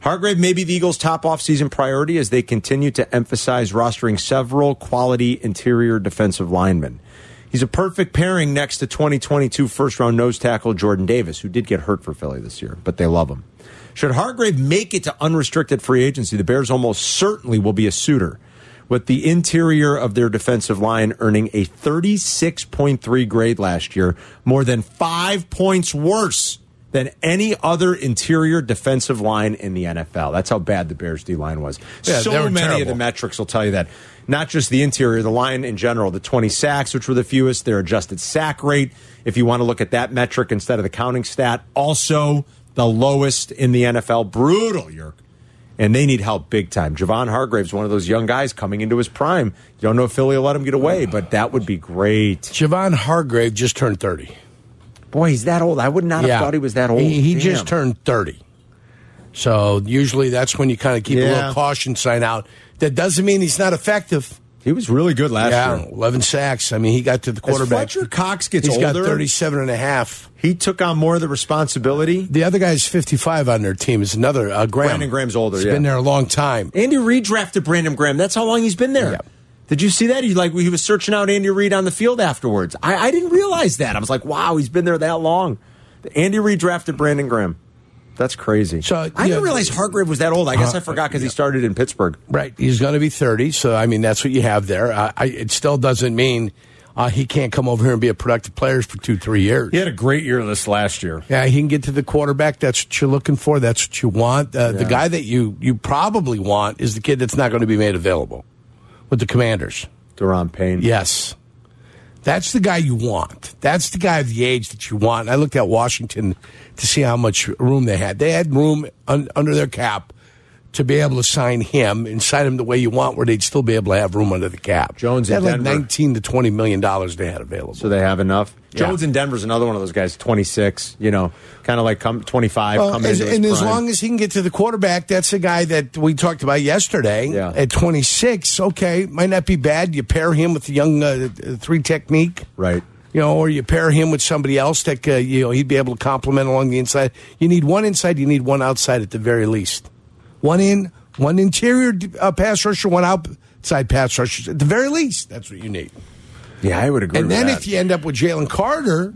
Speaker 3: Hargrave may be the Eagles' top offseason priority as they continue to emphasize rostering several quality interior defensive linemen. He's a perfect pairing next to 2022 first round nose tackle Jordan Davis, who did get hurt for Philly this year, but they love him. Should Hargrave make it to unrestricted free agency, the Bears almost certainly will be a suitor, with the interior of their defensive line earning a 36.3 grade last year, more than five points worse than any other interior defensive line in the NFL. That's how bad the Bears D line was.
Speaker 4: Yeah,
Speaker 3: so
Speaker 4: they were
Speaker 3: many of the
Speaker 4: terrible.
Speaker 3: metrics will tell you that. Not just the interior, the line in general, the 20 sacks, which were the fewest, their adjusted sack rate, if you want to look at that metric instead of the counting stat, also the lowest in the NFL. Brutal, Yerk. and they need help big time. Javon Hargrave's one of those young guys coming into his prime. You don't know if Philly will let him get away, but that would be great.
Speaker 4: Javon Hargrave just turned 30.
Speaker 3: Boy, he's that old. I would not have thought he was that old.
Speaker 4: He, he
Speaker 3: Damn.
Speaker 4: just turned 30. So usually that's when you kind of keep a
Speaker 3: Yeah.
Speaker 4: little caution sign out. That doesn't mean he's not effective.
Speaker 3: He was really good last
Speaker 4: yeah,
Speaker 3: year.
Speaker 4: 11 sacks. I mean, he got to the quarterback.
Speaker 3: Fletcher Cox gets
Speaker 4: He's
Speaker 3: older-
Speaker 4: got 37 and a half.
Speaker 3: He took on more of the responsibility.
Speaker 4: The other guy's 55 on their team is another uh, Graham.
Speaker 3: Brandon Graham's older,
Speaker 4: He's
Speaker 3: yeah.
Speaker 4: been there a long time.
Speaker 3: Andy Reid drafted Brandon Graham. That's how long he's been there.
Speaker 4: Yeah.
Speaker 3: Did you see that? He like he was searching out Andy Reid on the field afterwards. I, I didn't realize that. I was like, wow, he's been there that long. Andy Reid drafted Brandon Graham. That's crazy.
Speaker 4: So,
Speaker 3: I
Speaker 4: yeah. Uh,
Speaker 3: didn't realize Hargrave was that old. I guess I forgot because he started in Pittsburgh.
Speaker 4: Right. He's going to be 30. So, I mean, that's what you have there. I, I, it still doesn't mean uh, he can't come over here and be a productive player for two, three years.
Speaker 3: had a great year this last year.
Speaker 4: Yeah, he can get to the quarterback. That's what you're looking for. That's what you want. Uh, The
Speaker 3: Yeah.
Speaker 4: guy that you, you probably want is the kid that's not going to be made available with the commanders.
Speaker 3: Deron Payne.
Speaker 4: Yes. That's the guy you want. That's the guy of the age that you want. I looked at Washington to see how much room they had. They had room un- under their cap to be able to sign him and sign him the way you want, where they'd still be able to have room under the cap.
Speaker 3: Jones
Speaker 4: they had
Speaker 3: in
Speaker 4: like
Speaker 3: Denver.
Speaker 4: nineteen to twenty million dollars they had available.
Speaker 3: So they have enough.
Speaker 4: Yeah.
Speaker 3: Jones in Denver's another one of those guys, 26, you know, kind of like come 25,
Speaker 4: Well,
Speaker 3: coming
Speaker 4: as,
Speaker 3: into his
Speaker 4: and as
Speaker 3: prime.
Speaker 4: long as he can get to the quarterback, that's the guy that we talked about yesterday
Speaker 3: Yeah.
Speaker 4: at 26. Okay, might not be bad. You pair him with the young uh, three technique.
Speaker 3: Right.
Speaker 4: You know, or you pair him with somebody else that, uh, you know, he'd be able to complement along the inside. You need one inside, you need one outside at the very least. One in, one interior uh, pass rusher, one outside pass rusher. At the very least, that's what you need.
Speaker 3: Yeah, I would agree
Speaker 4: And
Speaker 3: with
Speaker 4: then
Speaker 3: that.
Speaker 4: if you end up with Jalen Carter,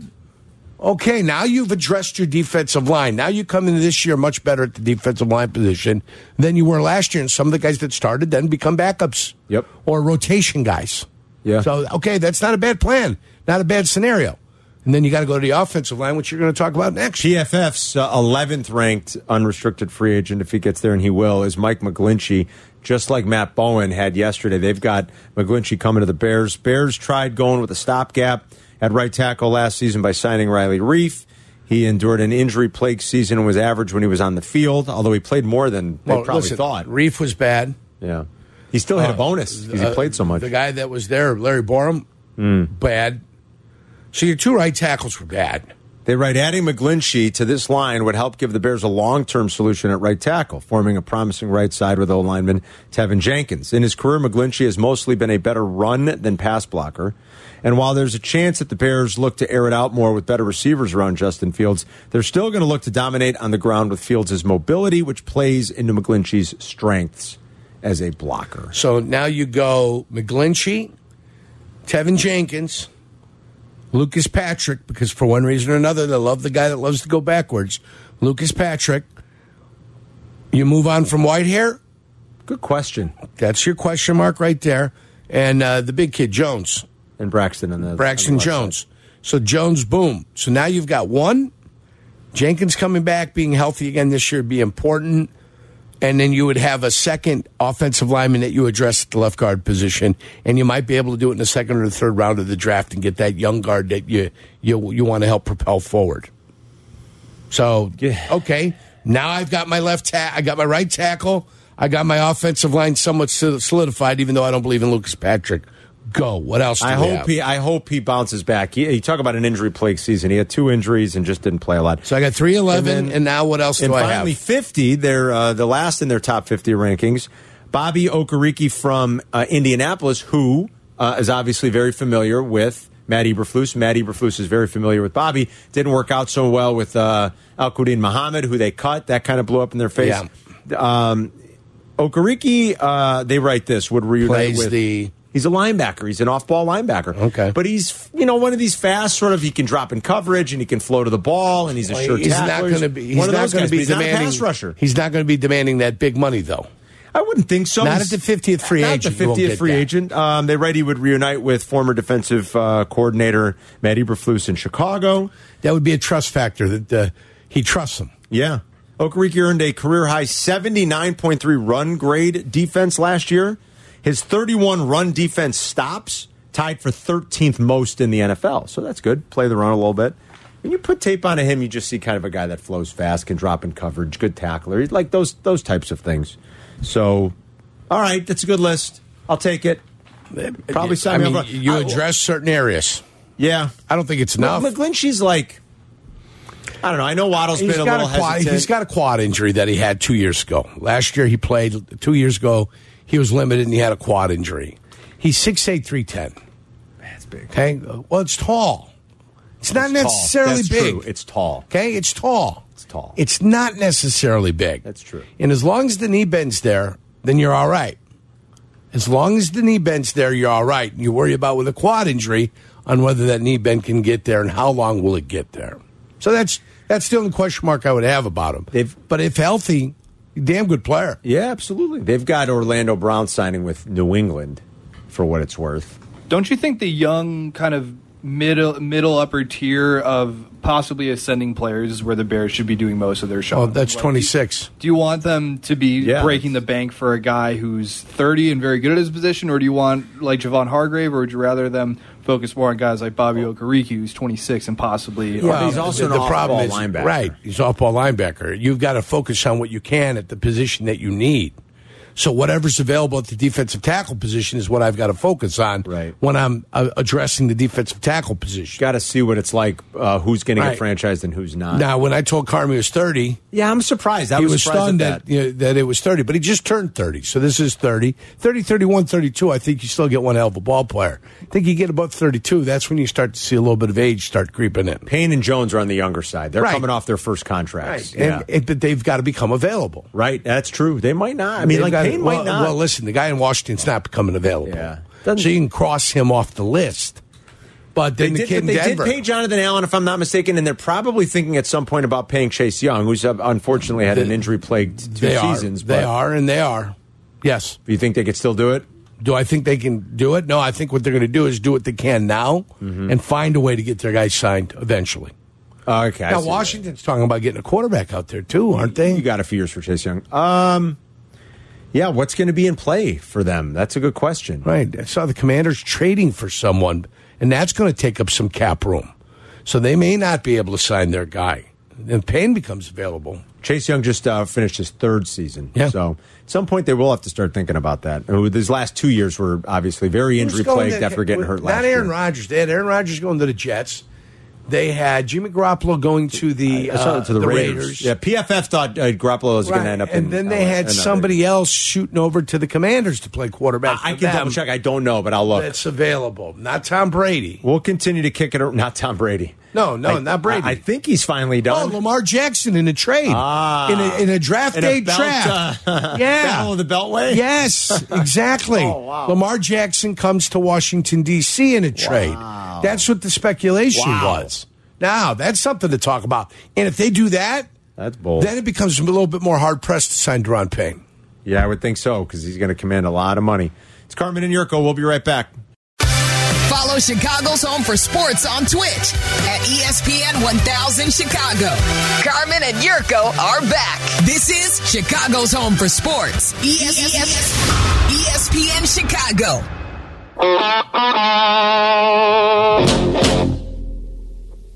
Speaker 4: okay, now you've addressed your defensive line. Now you come into this year much better at the defensive line position than you were last year. And some of the guys that started then become backups.
Speaker 3: Yep.
Speaker 4: Or rotation guys.
Speaker 3: Yeah.
Speaker 4: So, okay, that's not a bad plan, not a bad scenario. And then you got to go to the offensive line, which you're going to talk about next.
Speaker 3: PFF's uh, 11th ranked unrestricted free agent, if he gets there and he will, is Mike McGlinchey. Just like Matt Bowen had yesterday, they've got McGlinchey coming to the Bears. Bears tried going with a stopgap at right tackle last season by signing Riley Reef. He endured an injury plagued season and was average when he was on the field, although he played more than they
Speaker 4: Well,
Speaker 3: probably
Speaker 4: listen,
Speaker 3: thought.
Speaker 4: Reef was bad.
Speaker 3: Yeah. He still had a bonus because he
Speaker 4: Uh,
Speaker 3: played so much. Hmm.
Speaker 4: The guy that was there, Larry Borum, bad. So your two right tackles were bad.
Speaker 3: They write adding McGlinchey to this line would help give the Bears a long term solution at right tackle, forming a promising right side with O lineman Tevin Jenkins. In his career, McGlinchey has mostly been a better run than pass blocker. And while there's a chance that the Bears look to air it out more with better receivers around Justin Fields, they're still going to look to dominate on the ground with Fields' mobility, which plays into McGlinchey's strengths as a blocker.
Speaker 4: So now you go McGlinchey, Tevin Jenkins, Lucas Patrick, because for one reason or another, they love the guy that loves to go backwards. Lucas Patrick. You move on from Whitehair.
Speaker 3: Good question.
Speaker 4: That's your question mark right there. And uh, the big kid, Jones,
Speaker 3: And Braxton and the
Speaker 4: Braxton
Speaker 3: on the left side.
Speaker 4: Jones. So Jones, boom. So now you've got one. Jenkins coming back, being healthy again this year would be important. And then you would have a second offensive lineman that you address at the left guard position, and you might be able to do it in the second or the third round of the draft and get that young guard that you you you want to help propel forward. So okay, now I've got my left ta- I got my right tackle, I got my offensive line somewhat sol- solidified, even though I don't believe in Lucas Patrick. Go. What else? Do
Speaker 3: I
Speaker 4: we
Speaker 3: hope
Speaker 4: have?
Speaker 3: he. I hope he bounces back. He, you talk about an injury plagued season. He had two injuries and just didn't play a lot.
Speaker 4: So I got three eleven, and,
Speaker 3: then-
Speaker 4: now what else
Speaker 3: and
Speaker 4: do I
Speaker 3: finally,
Speaker 4: have?
Speaker 3: fifty. They're uh, the last in their top fifty rankings. Bobby Okereke from uh, Indianapolis, who uh, is obviously very familiar with Matt Eberflus. Matt Eberflus is very familiar with Bobby. Didn't work out so well with uh, Al Qudin Muhammad, who they cut. That kind of blew up in their face.
Speaker 4: Yeah.
Speaker 3: Um, Okereke, uh, they write this would reunite
Speaker 4: Plays
Speaker 3: with
Speaker 4: the-
Speaker 3: He's a linebacker. He's an off-ball linebacker.
Speaker 4: Okay.
Speaker 3: but he's you know one of these fast sort of he can drop in coverage and he can flow to the ball and he's a
Speaker 4: Well,
Speaker 3: sure
Speaker 4: he's not
Speaker 3: tackler.
Speaker 4: going to be. He's
Speaker 3: one of
Speaker 4: not
Speaker 3: those
Speaker 4: going
Speaker 3: guys,
Speaker 4: to be
Speaker 3: but he's
Speaker 4: demanding.
Speaker 3: not a pass rusher.
Speaker 4: He's not going to be demanding that big money though.
Speaker 3: I wouldn't think so.
Speaker 4: Not at the 50th free
Speaker 3: Not
Speaker 4: agent,
Speaker 3: the
Speaker 4: you won't
Speaker 3: 50th
Speaker 4: get
Speaker 3: free
Speaker 4: that.
Speaker 3: agent. Um, they write he would reunite with former defensive uh, coordinator Matt Eberflus in Chicago.
Speaker 4: That would be a trust factor that uh, he trusts him.
Speaker 3: Yeah. Okereke earned a career high 79.3 run grade defense last year. His 31 run defense stops tied for 13th most in the NFL. So that's good. Play the run a little bit. When you put tape on him, you just see kind of a guy that flows fast, can drop in coverage, good tackler, He's like those those types of things. So, all right, that's a good list. I'll take it. Probably
Speaker 4: I
Speaker 3: sign
Speaker 4: mean,
Speaker 3: me up. for-
Speaker 4: you Oh.
Speaker 3: I-
Speaker 4: address certain areas.
Speaker 3: yeah.
Speaker 4: I don't think it's enough.
Speaker 3: McGlinchey's like, I don't know. I know Waddle's
Speaker 4: He's
Speaker 3: been a
Speaker 4: got
Speaker 3: little
Speaker 4: a, quad,
Speaker 3: hesitant.
Speaker 4: he's got a quad injury that he had two years ago. Last year he played. Two years ago he was limited and he had a quad injury. He's six eight three ten.
Speaker 3: That's big.
Speaker 4: Okay, well it's tall. It's not
Speaker 3: It's tall.
Speaker 4: necessarily
Speaker 3: That's
Speaker 4: big.
Speaker 3: true. It's tall.
Speaker 4: Okay, it's tall. It's
Speaker 3: tall.
Speaker 4: It's not necessarily big.
Speaker 3: That's true.
Speaker 4: And as long as the knee bends there, then you're all right. As long as the knee bends there, you're all right. You worry about with a quad injury on whether that knee bend can get there and how long will it get there. So that's that's the only question mark I would have about him.
Speaker 3: They've-
Speaker 4: but if healthy, damn good player.
Speaker 3: Yeah, absolutely. They've got Orlando Brown signing with New England for what it's worth.
Speaker 7: Don't you think the young kind of middle middle upper tier of possibly ascending players is where the Bears should be doing most of their shopping?
Speaker 4: Oh, that's
Speaker 7: Like,
Speaker 4: twenty six.
Speaker 7: Do you want them to be
Speaker 3: Yeah.
Speaker 7: breaking the bank for a guy who's 30 and very good at his position, or do you want like Javon Hargrave, or would you rather them focus more on guys like Bobby Okereke, who's 26 and possibly
Speaker 3: Oh. Yeah, but he's also an off-ball linebacker.
Speaker 4: right. He's off ball linebacker. You've got to focus on what you can at the position that you need. So whatever's available at the defensive tackle position is what I've got to focus on
Speaker 3: Right.
Speaker 4: when I'm uh, addressing the defensive tackle position.
Speaker 3: Got to see what it's like, uh, who's going to
Speaker 4: Right.
Speaker 3: get franchised and who's not.
Speaker 4: Now, when I told Carmi he was thirty,
Speaker 3: Yeah, I'm surprised. I
Speaker 4: he
Speaker 3: was,
Speaker 4: was
Speaker 3: surprised
Speaker 4: stunned
Speaker 3: at
Speaker 4: that
Speaker 3: that.
Speaker 4: that. You know, that it was thirty, but he just turned thirty, so this is 30. 30, 31, 32, I think you still get one hell of a ball player. I think you get above thirty-two, that's when you start to see a little bit of age start creeping in.
Speaker 3: Payne and Jones are on the younger side. They're
Speaker 4: Right.
Speaker 3: coming off their first contracts.
Speaker 4: and
Speaker 3: Yeah.
Speaker 4: it, but they've got to become available.
Speaker 3: right. That's true. They might not. I mean,
Speaker 4: They've
Speaker 3: like
Speaker 4: got-
Speaker 3: Payne
Speaker 4: well,
Speaker 3: might not.
Speaker 4: Well, listen, the guy in Washington's not becoming available.
Speaker 3: Yeah.
Speaker 4: so you can cross him off the list. But
Speaker 3: they
Speaker 4: then the
Speaker 3: did,
Speaker 4: kid
Speaker 3: but
Speaker 4: in
Speaker 3: they
Speaker 4: Denver.
Speaker 3: did pay Jonathan Allen, if I'm not mistaken, and they're probably thinking at some point about paying Chase Young, who's uh, unfortunately had an injury plagued two
Speaker 4: they are.
Speaker 3: seasons.
Speaker 4: They
Speaker 3: but
Speaker 4: are, and they are. Yes.
Speaker 3: Do you think they could still do it?
Speaker 4: Do I think they can do it? No, I think what they're going to do is do what they can now
Speaker 3: Mm-hmm.
Speaker 4: and find a way to get their guys signed eventually.
Speaker 3: Uh, okay. I
Speaker 4: now,
Speaker 3: see that.
Speaker 4: Washington's talking about getting a quarterback out there, too, aren't they?
Speaker 3: You got a few years for Chase Young. Um, yeah, what's going to be in play for them? That's a good question.
Speaker 4: Right. I saw the commanders trading for someone, and that's going to take up some cap room. So they may not be able to sign their guy. Then Payne becomes available.
Speaker 3: Chase Young just uh, finished his third season,
Speaker 4: Yeah.
Speaker 3: so at some point they will have to start thinking about that. Uh, These last two years were obviously very
Speaker 4: Who's
Speaker 3: injury
Speaker 4: going
Speaker 3: plagued
Speaker 4: to-
Speaker 3: after getting hurt last
Speaker 4: Not Aaron
Speaker 3: year.
Speaker 4: Rodgers. They had Aaron Rodgers going to the Jets. They had Jimmy Garoppolo going to the,
Speaker 3: I saw
Speaker 4: uh,
Speaker 3: it to the, Raiders. Yeah, PFF thought uh, Garoppolo was going
Speaker 4: Right.
Speaker 3: to end up,
Speaker 4: and
Speaker 3: in
Speaker 4: then they
Speaker 3: LA.
Speaker 4: had
Speaker 3: Uh, no,
Speaker 4: somebody else shooting over to the Commanders to play quarterback.
Speaker 3: I, I
Speaker 4: for
Speaker 3: can
Speaker 4: them
Speaker 3: double check. I don't know, but I'll look.
Speaker 4: That's available. Not Tom Brady.
Speaker 3: we'll continue to kick it. ar- Not Tom Brady.
Speaker 4: No, no,
Speaker 3: I-
Speaker 4: not Brady.
Speaker 3: I, I think he's finally
Speaker 4: Oh,
Speaker 3: done.
Speaker 4: Lamar Jackson in a trade.
Speaker 3: Ah.
Speaker 4: in, a, in a draft
Speaker 3: In a
Speaker 4: day
Speaker 3: belt,
Speaker 4: draft.
Speaker 3: uh, Battle of the Beltway?
Speaker 4: Yes, exactly. Lamar Jackson comes to Washington, D.C. in a trade. That's what the speculation
Speaker 3: Wow.
Speaker 4: was. Now, that's something to talk about. And if they do that,
Speaker 3: That's bold.
Speaker 4: then it becomes a little bit more hard pressed to sign Deron Payne.
Speaker 3: Yeah, I would think so because he's going to command a lot of money. It's Carmen and Yurko. We'll be right back.
Speaker 1: Follow Chicago's Home for Sports on Twitch at E ESPN 1000 Chicago. Carmen and Yurko are back. This is Chicago's Home for Sports. E ESPN Chicago.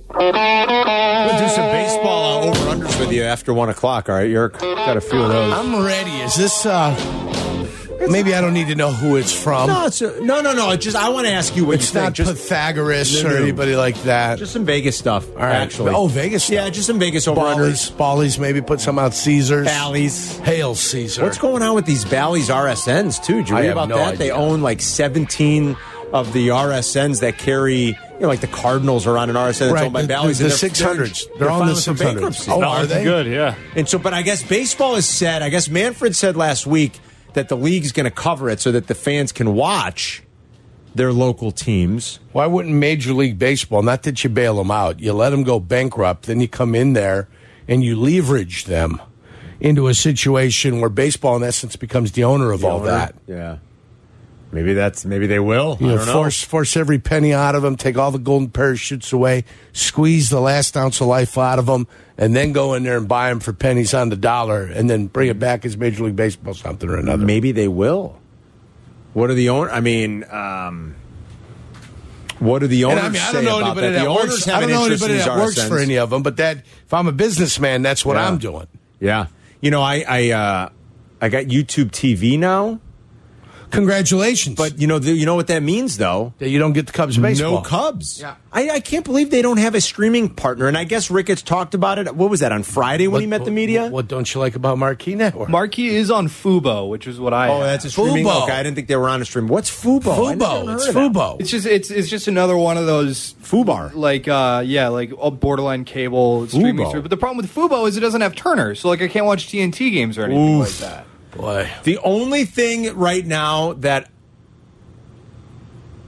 Speaker 3: We'll do some baseball uh, over unders with you after one o'clock. All right, Yurk. Got a few of those.
Speaker 4: I'm ready. Is this. uh Maybe I don't need to know who it's from.
Speaker 3: No, it's a, no, no, no. It's just I want to ask you what
Speaker 4: Um, it's
Speaker 3: you
Speaker 4: not
Speaker 3: think. Just,
Speaker 4: Pythagoras
Speaker 3: No,
Speaker 4: or
Speaker 3: no.
Speaker 4: anybody like that.
Speaker 3: just some Vegas stuff. All
Speaker 4: right.
Speaker 3: actually.
Speaker 4: Oh, Vegas
Speaker 3: Yeah,
Speaker 4: stuff.
Speaker 3: just some Vegas over
Speaker 4: Butters,
Speaker 3: unders.
Speaker 4: Bally's, maybe put some out. Caesars,
Speaker 3: Bally's.
Speaker 4: Hail Caesar.
Speaker 3: What's going on with these Bally's RSNs too? Did you
Speaker 4: I
Speaker 3: read
Speaker 4: have
Speaker 3: about
Speaker 4: no
Speaker 3: that? They
Speaker 4: idea.
Speaker 3: own like seventeen of the RSNs that carry. You know, like the Cardinals are on an RSN that's
Speaker 4: Right,
Speaker 3: owned by
Speaker 4: the-
Speaker 3: Bally's.
Speaker 4: the
Speaker 3: and they're-
Speaker 4: 600s. They're
Speaker 3: They're,
Speaker 4: on the
Speaker 3: filing for
Speaker 4: 600s.
Speaker 3: bankruptcy.
Speaker 4: Oh,
Speaker 2: Not
Speaker 4: are
Speaker 2: looking
Speaker 4: they?
Speaker 2: good? Yeah.
Speaker 3: And so, but I guess baseball has said, I guess Manfred said last week that the league's going to cover it so that the fans can watch their local teams.
Speaker 4: Why wouldn't Major League Baseball? Not that you bail them out, you let them go bankrupt, then you come in there and you leverage them into a situation where baseball, in essence, becomes the owner of all that.
Speaker 3: Yeah. Maybe that's, maybe they will.
Speaker 4: You
Speaker 3: I
Speaker 4: know,
Speaker 3: don't know.
Speaker 4: force force every penny out of them, take all the golden parachutes away, squeeze the last ounce of life out of them, and then go in there and buy them for pennies on the dollar, and then bring it back as Major League Baseball something or another.
Speaker 3: Maybe they will. What are the owner? I mean, um, What do the owners
Speaker 4: And I mean, I
Speaker 3: say
Speaker 4: don't know
Speaker 3: about
Speaker 4: anybody
Speaker 3: that?
Speaker 4: that
Speaker 3: the owners
Speaker 4: works.
Speaker 3: have
Speaker 4: I don't
Speaker 3: an
Speaker 4: know
Speaker 3: interest
Speaker 4: anybody
Speaker 3: in these
Speaker 4: that works
Speaker 3: RSNs.
Speaker 4: for any of them. But that, if I'm a businessman, that's what
Speaker 3: Yeah.
Speaker 4: I'm doing.
Speaker 3: Yeah, you know, I I uh, I got YouTube TV now,
Speaker 4: Congratulations!
Speaker 3: but you know, the, you know what that means though.
Speaker 4: that you don't get the Cubs baseball.
Speaker 3: No Cubs.
Speaker 4: Yeah.
Speaker 3: I, I can't believe they don't have a streaming partner. And I guess Ricketts talked about it. What was that on Friday when
Speaker 4: What-
Speaker 3: he met the
Speaker 4: what-
Speaker 3: media?
Speaker 4: What, don't you like about Marquee Network?
Speaker 7: Marquee is on Fubo, which is what I.
Speaker 3: Oh,
Speaker 7: have.
Speaker 3: that's a streaming.
Speaker 4: Fubo.
Speaker 3: Okay, I didn't think they were on a stream. What's Fubo? I never
Speaker 4: Fubo.
Speaker 3: heard
Speaker 4: It's
Speaker 3: of that.
Speaker 4: Fubo.
Speaker 7: It's just it's it's just another one of those
Speaker 3: Fubar.
Speaker 7: like uh yeah like a borderline cable streaming.
Speaker 3: Fubo.
Speaker 7: service. But the problem with Fubo is it doesn't have Turner, so like I can't watch TNT games or anything like that.
Speaker 4: Boy.
Speaker 3: The only thing right now that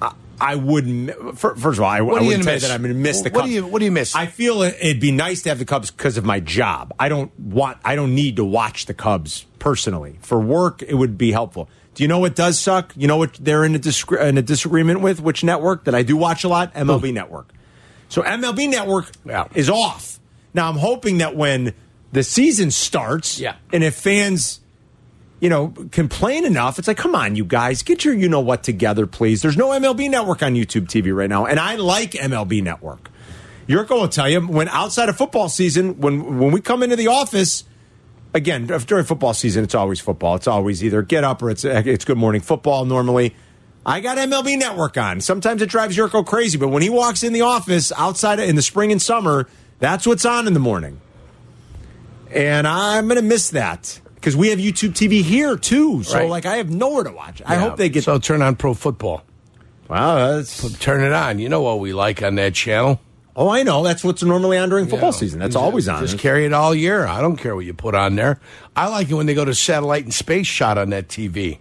Speaker 3: I- I wouldn't. fir- First of all, I, I
Speaker 4: What are you
Speaker 3: wouldn't
Speaker 4: gonna
Speaker 3: say
Speaker 4: miss?
Speaker 3: that I'm going to miss the
Speaker 4: What
Speaker 3: Cubs.
Speaker 4: do you- what do you miss?
Speaker 3: I feel it, it'd be nice to have the Cubs because of my job. I don't want. I don't need to watch the Cubs personally for work. It would be helpful. Do you know what does suck? You know what they're in a, discre- in a disagreement with? Which network that I do watch a lot? MLB Network. So MLB Network
Speaker 4: Yeah.
Speaker 3: is off. Now I'm hoping that when the season starts,
Speaker 4: Yeah.
Speaker 3: and if fans you know, complain enough. It's like, come on, you guys, get your you know what together, please. There's no MLB network on YouTube TV right now, and I like MLB network. Yurko will tell you when outside of football season, when when we come into the office, again during football season, it's always football. It's always either get up or it's it's Good Morning Football normally. I got MLB Network on. Sometimes it drives Yurko crazy, but when he walks in the office outside in the spring and summer, that's what's on in the morning. And I'm going to miss that because we have YouTube TV here too. So
Speaker 4: Right.
Speaker 3: like I have nowhere to watch. I
Speaker 4: Yeah.
Speaker 3: hope they get.
Speaker 4: so turn on pro football.
Speaker 3: wow, that's
Speaker 4: Turn it on. You know what we like on that channel.
Speaker 3: oh I know. That's what's normally on during football
Speaker 4: Yeah.
Speaker 3: season. That's
Speaker 4: Just-
Speaker 3: always on.
Speaker 4: Just carry it all year. I don't care what you put on there. I like it when they go to satellite and space shot on that TV.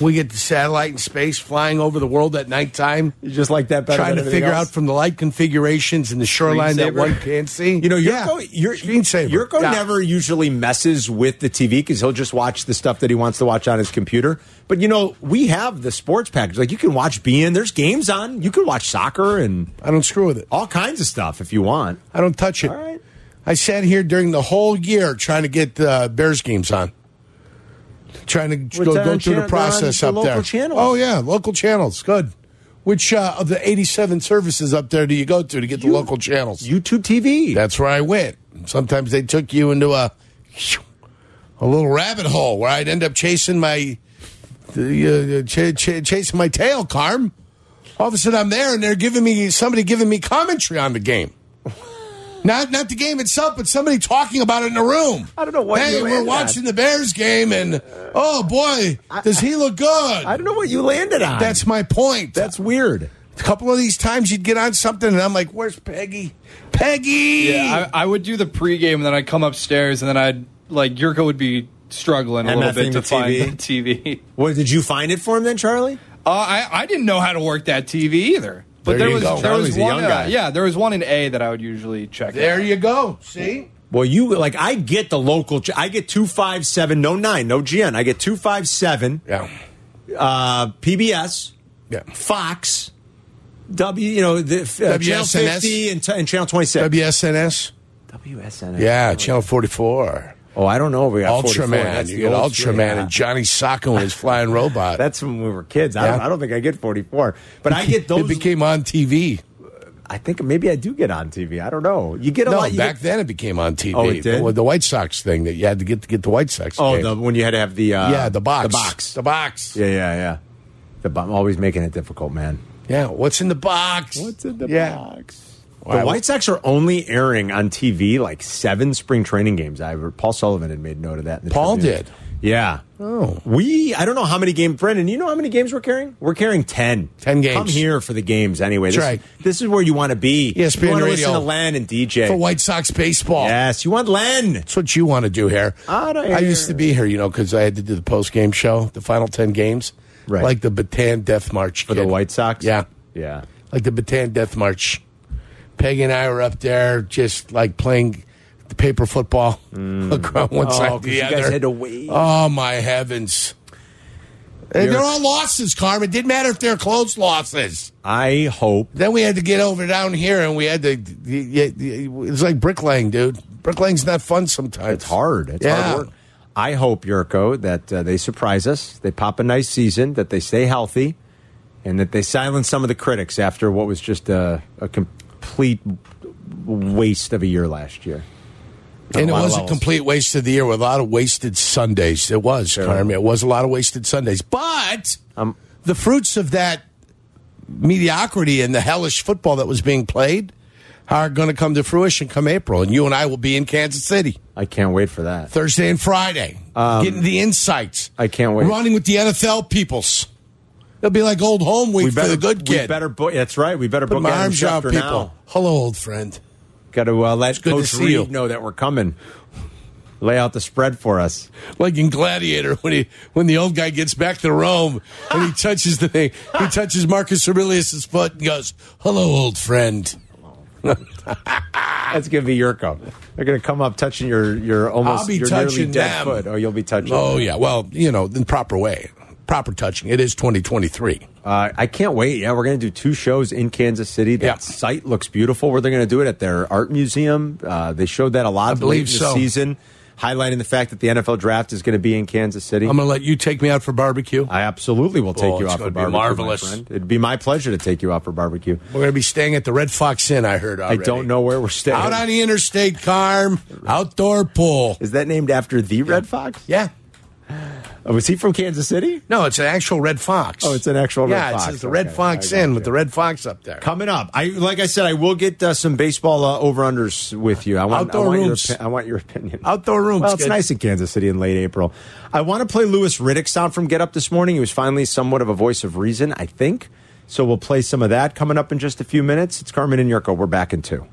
Speaker 4: we get the satellite and space flying over the world at nighttime.
Speaker 3: You just like that better.
Speaker 4: Trying to
Speaker 3: than everything
Speaker 4: figure
Speaker 3: else?
Speaker 4: out from the light configurations and the shoreline that
Speaker 7: Screensaver.
Speaker 4: one can't see.
Speaker 3: You know,
Speaker 4: yeah,
Speaker 3: Yurko, Yur-
Speaker 4: screensaver.
Speaker 3: Yurko
Speaker 4: Yeah.
Speaker 3: never usually messes with the TV because he'll just watch the stuff that he wants to watch on his computer. But you know, we have the sports package. Like you can watch BN. There's games on. You can watch soccer and
Speaker 4: I don't screw with it.
Speaker 3: all kinds of stuff if you want.
Speaker 4: I don't touch it.
Speaker 3: All right.
Speaker 4: I sat here during the whole year trying to get uh, Bears games on. Trying
Speaker 3: What's
Speaker 4: to go,
Speaker 3: that
Speaker 4: go
Speaker 3: on
Speaker 4: through
Speaker 3: chan-
Speaker 4: the process
Speaker 3: on
Speaker 4: up
Speaker 3: the
Speaker 4: there.
Speaker 3: local channels?
Speaker 4: Oh yeah, local channels. Good. Which uh, of the 87 services up there do you go to to get the local channels?
Speaker 3: YouTube TV.
Speaker 4: That's where I went. Sometimes they took you into a a little rabbit hole where I'd end up chasing my the, uh, ch- ch- chasing my tail, Carm. All of a sudden, I'm there, and they're giving me somebody giving me commentary on the game. Not not the game itself, but somebody talking about it in the room.
Speaker 3: I don't know what
Speaker 4: Hey,
Speaker 3: you
Speaker 4: we're
Speaker 3: land
Speaker 4: watching the Bears game, and oh boy, does he look good?
Speaker 3: I don't know what you landed on.
Speaker 4: That's my point.
Speaker 3: that's weird.
Speaker 4: a couple of these times you'd get on something, and I'm like, "Where's Peggy? Peggy!"
Speaker 7: Yeah, I, I would do the pregame, and then I'd come upstairs, and then I'd like Yurko would be struggling a little
Speaker 3: MFing
Speaker 7: bit to
Speaker 3: the
Speaker 7: find
Speaker 3: TV.
Speaker 7: the TV.
Speaker 3: What did you find it for him then, Charlie?
Speaker 7: Uh, I I didn't know how to work that TV either. But
Speaker 4: There
Speaker 7: there,
Speaker 4: you
Speaker 7: was
Speaker 4: go.
Speaker 7: there
Speaker 3: Charlie's
Speaker 7: was
Speaker 3: a
Speaker 7: one
Speaker 3: young guy.
Speaker 7: Uh, yeah there was one in A that I would usually check.
Speaker 4: There
Speaker 7: out.
Speaker 4: you go. See?
Speaker 3: Well, you like I get the local. ch- I get two five seven, no nine, no GN. I get two five seven.
Speaker 4: Yeah.
Speaker 3: uh, PBS,
Speaker 4: Yeah.
Speaker 3: Fox, W, you know, the, uh, Channel
Speaker 4: WSNS?
Speaker 3: 50 and, t- and Channel 26.
Speaker 4: WSNS?
Speaker 3: WSNS.
Speaker 4: Yeah, Channel 44.
Speaker 3: Oh, I don't know. We got 44.
Speaker 4: Ultraman.
Speaker 3: That's
Speaker 4: You
Speaker 3: the
Speaker 4: get
Speaker 3: old
Speaker 4: Ultraman
Speaker 3: shit, yeah.
Speaker 4: and Johnny Sacco and his flying robot.
Speaker 3: That's when we were kids. I, don't,
Speaker 4: Yeah.
Speaker 3: I don't think I get 44. But I get those.
Speaker 4: It became on TV.
Speaker 3: I think maybe I do get on TV. I don't know. You get a
Speaker 4: No,
Speaker 3: lot. you
Speaker 4: back
Speaker 3: get-
Speaker 4: then it became on TV.
Speaker 3: Oh, it did?
Speaker 4: The, the White Sox thing that you had to get to get the White Sox.
Speaker 3: Oh,
Speaker 4: game.
Speaker 3: the, when you had to have the. Uh,
Speaker 4: yeah, the box.
Speaker 3: The box.
Speaker 4: The box.
Speaker 3: Yeah, yeah, yeah. The, bo- I'm always making it difficult, man.
Speaker 4: Yeah, what's in the box? yeah.
Speaker 3: box? The
Speaker 4: Wow.
Speaker 3: White Sox are only airing on TV like seven spring training games. I Paul Sullivan had made note of that. In the
Speaker 4: Paul
Speaker 3: Tribune.
Speaker 4: did.
Speaker 3: Yeah.
Speaker 4: Oh.
Speaker 3: We I don't know how many games. Brendan, you know how many games we're carrying? We're carrying ten.
Speaker 4: 10 games.
Speaker 3: Come here for the games anyway.
Speaker 4: That's
Speaker 3: this,
Speaker 4: right. E
Speaker 3: This is where you want to be.
Speaker 4: ESPN
Speaker 3: you want to
Speaker 4: Radio.
Speaker 3: listen to Len and DJ.
Speaker 4: For White Sox baseball.
Speaker 3: Yes, you want Len.
Speaker 4: That's what you want to do here.
Speaker 3: Outta
Speaker 4: I used
Speaker 3: here.
Speaker 4: to be here, you know, because I had to do the post game show, the final ten games,
Speaker 3: Right.
Speaker 4: Like the Bataan Death March
Speaker 3: For the White Sox?
Speaker 4: Yeah,
Speaker 3: Yeah.
Speaker 4: like the Bataan Death March. Peggy and I were up there, just like playing the paper football Look on one side or
Speaker 3: 'cause Mm. Oh,
Speaker 4: the
Speaker 3: you guys
Speaker 4: other.
Speaker 3: had to wait.
Speaker 4: Oh my heavens! And they're all losses, Carm. It didn't matter if they're close losses.
Speaker 3: I hope
Speaker 4: Then we had to get over down here, and we had to. It's like bricklaying, dude. Bricklaying's not fun sometimes.
Speaker 3: It's hard. It's
Speaker 4: Yeah.
Speaker 3: hard work. I hope Yurko that uh, they surprise us. They pop a nice season. That they stay healthy, and that they silenced some of the critics after what was just a, a complete waste of a year last year.
Speaker 4: And it
Speaker 3: lot of
Speaker 4: was a
Speaker 3: levels.
Speaker 4: complete waste of the year with a lot of wasted Sundays. It was,
Speaker 3: Yeah.
Speaker 4: Carmen. It was a lot of wasted Sundays. But
Speaker 3: Um,
Speaker 4: the fruits of that mediocrity and the hellish football that was being played are going to come to fruition come April. And you and I will be in Kansas City
Speaker 3: I can't wait for that.
Speaker 4: Thursday and Friday, getting the insights.
Speaker 3: Um, I can't wait.
Speaker 4: Running with the NFL peoples. It'll be like old home week for the good
Speaker 3: We
Speaker 4: kid.
Speaker 3: better book. That's right. We better
Speaker 4: Put
Speaker 3: book
Speaker 4: my
Speaker 3: Adam
Speaker 4: arms out,
Speaker 3: Schefter
Speaker 4: people.
Speaker 3: now.
Speaker 4: Hello, old friend.
Speaker 3: Got to uh, let
Speaker 4: good to
Speaker 3: Coach
Speaker 4: see
Speaker 3: Reed
Speaker 4: you.
Speaker 3: know that we're coming. Lay out the spread for us.
Speaker 4: like in Gladiator when he when the old guy gets back to Rome and he touches the thing, he touches Marcus Aurelius's foot and goes, "Hello, old friend."
Speaker 3: That's gonna be your cup. They're gonna come up touching your your almost
Speaker 4: I'll be
Speaker 3: your
Speaker 4: touching
Speaker 3: nearly dead
Speaker 4: them.
Speaker 3: foot. Oh, you'll be touching.
Speaker 4: Oh
Speaker 3: them.
Speaker 4: yeah, well you know the proper way, proper touching. It is 2023.
Speaker 3: Uh, I can't wait. Yeah, we're going to do two shows in Kansas City. That
Speaker 4: Yeah.
Speaker 3: site looks beautiful. Where they're going to do it at their art museum. Uh, they showed that a lot. late
Speaker 4: believe
Speaker 3: in the
Speaker 4: so.
Speaker 3: Season highlighting the fact that the NFL draft is going to be in Kansas City.
Speaker 4: I'm gonna let you take me out for barbecue.
Speaker 3: I absolutely will take
Speaker 4: Oh,
Speaker 3: you
Speaker 4: it's
Speaker 3: out for
Speaker 4: gonna be
Speaker 3: barbecue. my
Speaker 4: marvelous.
Speaker 3: friend. It'd be my pleasure to take you out for barbecue.
Speaker 4: We're gonna be staying at the Red Fox Inn. I heard.
Speaker 3: I
Speaker 4: Already.
Speaker 3: don't know where we're staying.
Speaker 4: Out on the interstate, Carm. Outdoor pool.
Speaker 3: is that named after the Red Fox?
Speaker 4: Yeah.
Speaker 3: Oh, was he from Kansas City?
Speaker 4: No, it's an actual Red Fox.
Speaker 3: Oh, it's an actual Red
Speaker 4: yeah,
Speaker 3: Fox.
Speaker 4: Yeah, it's the
Speaker 3: Okay,
Speaker 4: Red
Speaker 3: I
Speaker 4: Fox
Speaker 3: got
Speaker 4: Inn
Speaker 3: you.
Speaker 4: with the Red Fox up there.
Speaker 3: Coming up, I like I said, I will get uh, some baseball uh, over unders with you. I want, I
Speaker 4: Outdoor
Speaker 3: want
Speaker 4: rooms.
Speaker 3: Your, opi- I want your opinion.
Speaker 4: Outdoor rooms.
Speaker 3: Well, it's
Speaker 4: good.
Speaker 3: nice in Kansas City in late April. I want to play Lewis Riddick sound from Get Up this morning. He was finally somewhat of a voice of reason, I think. So we'll play some of that coming up in just a few minutes. It's Carmen and Yurko. We're back in two.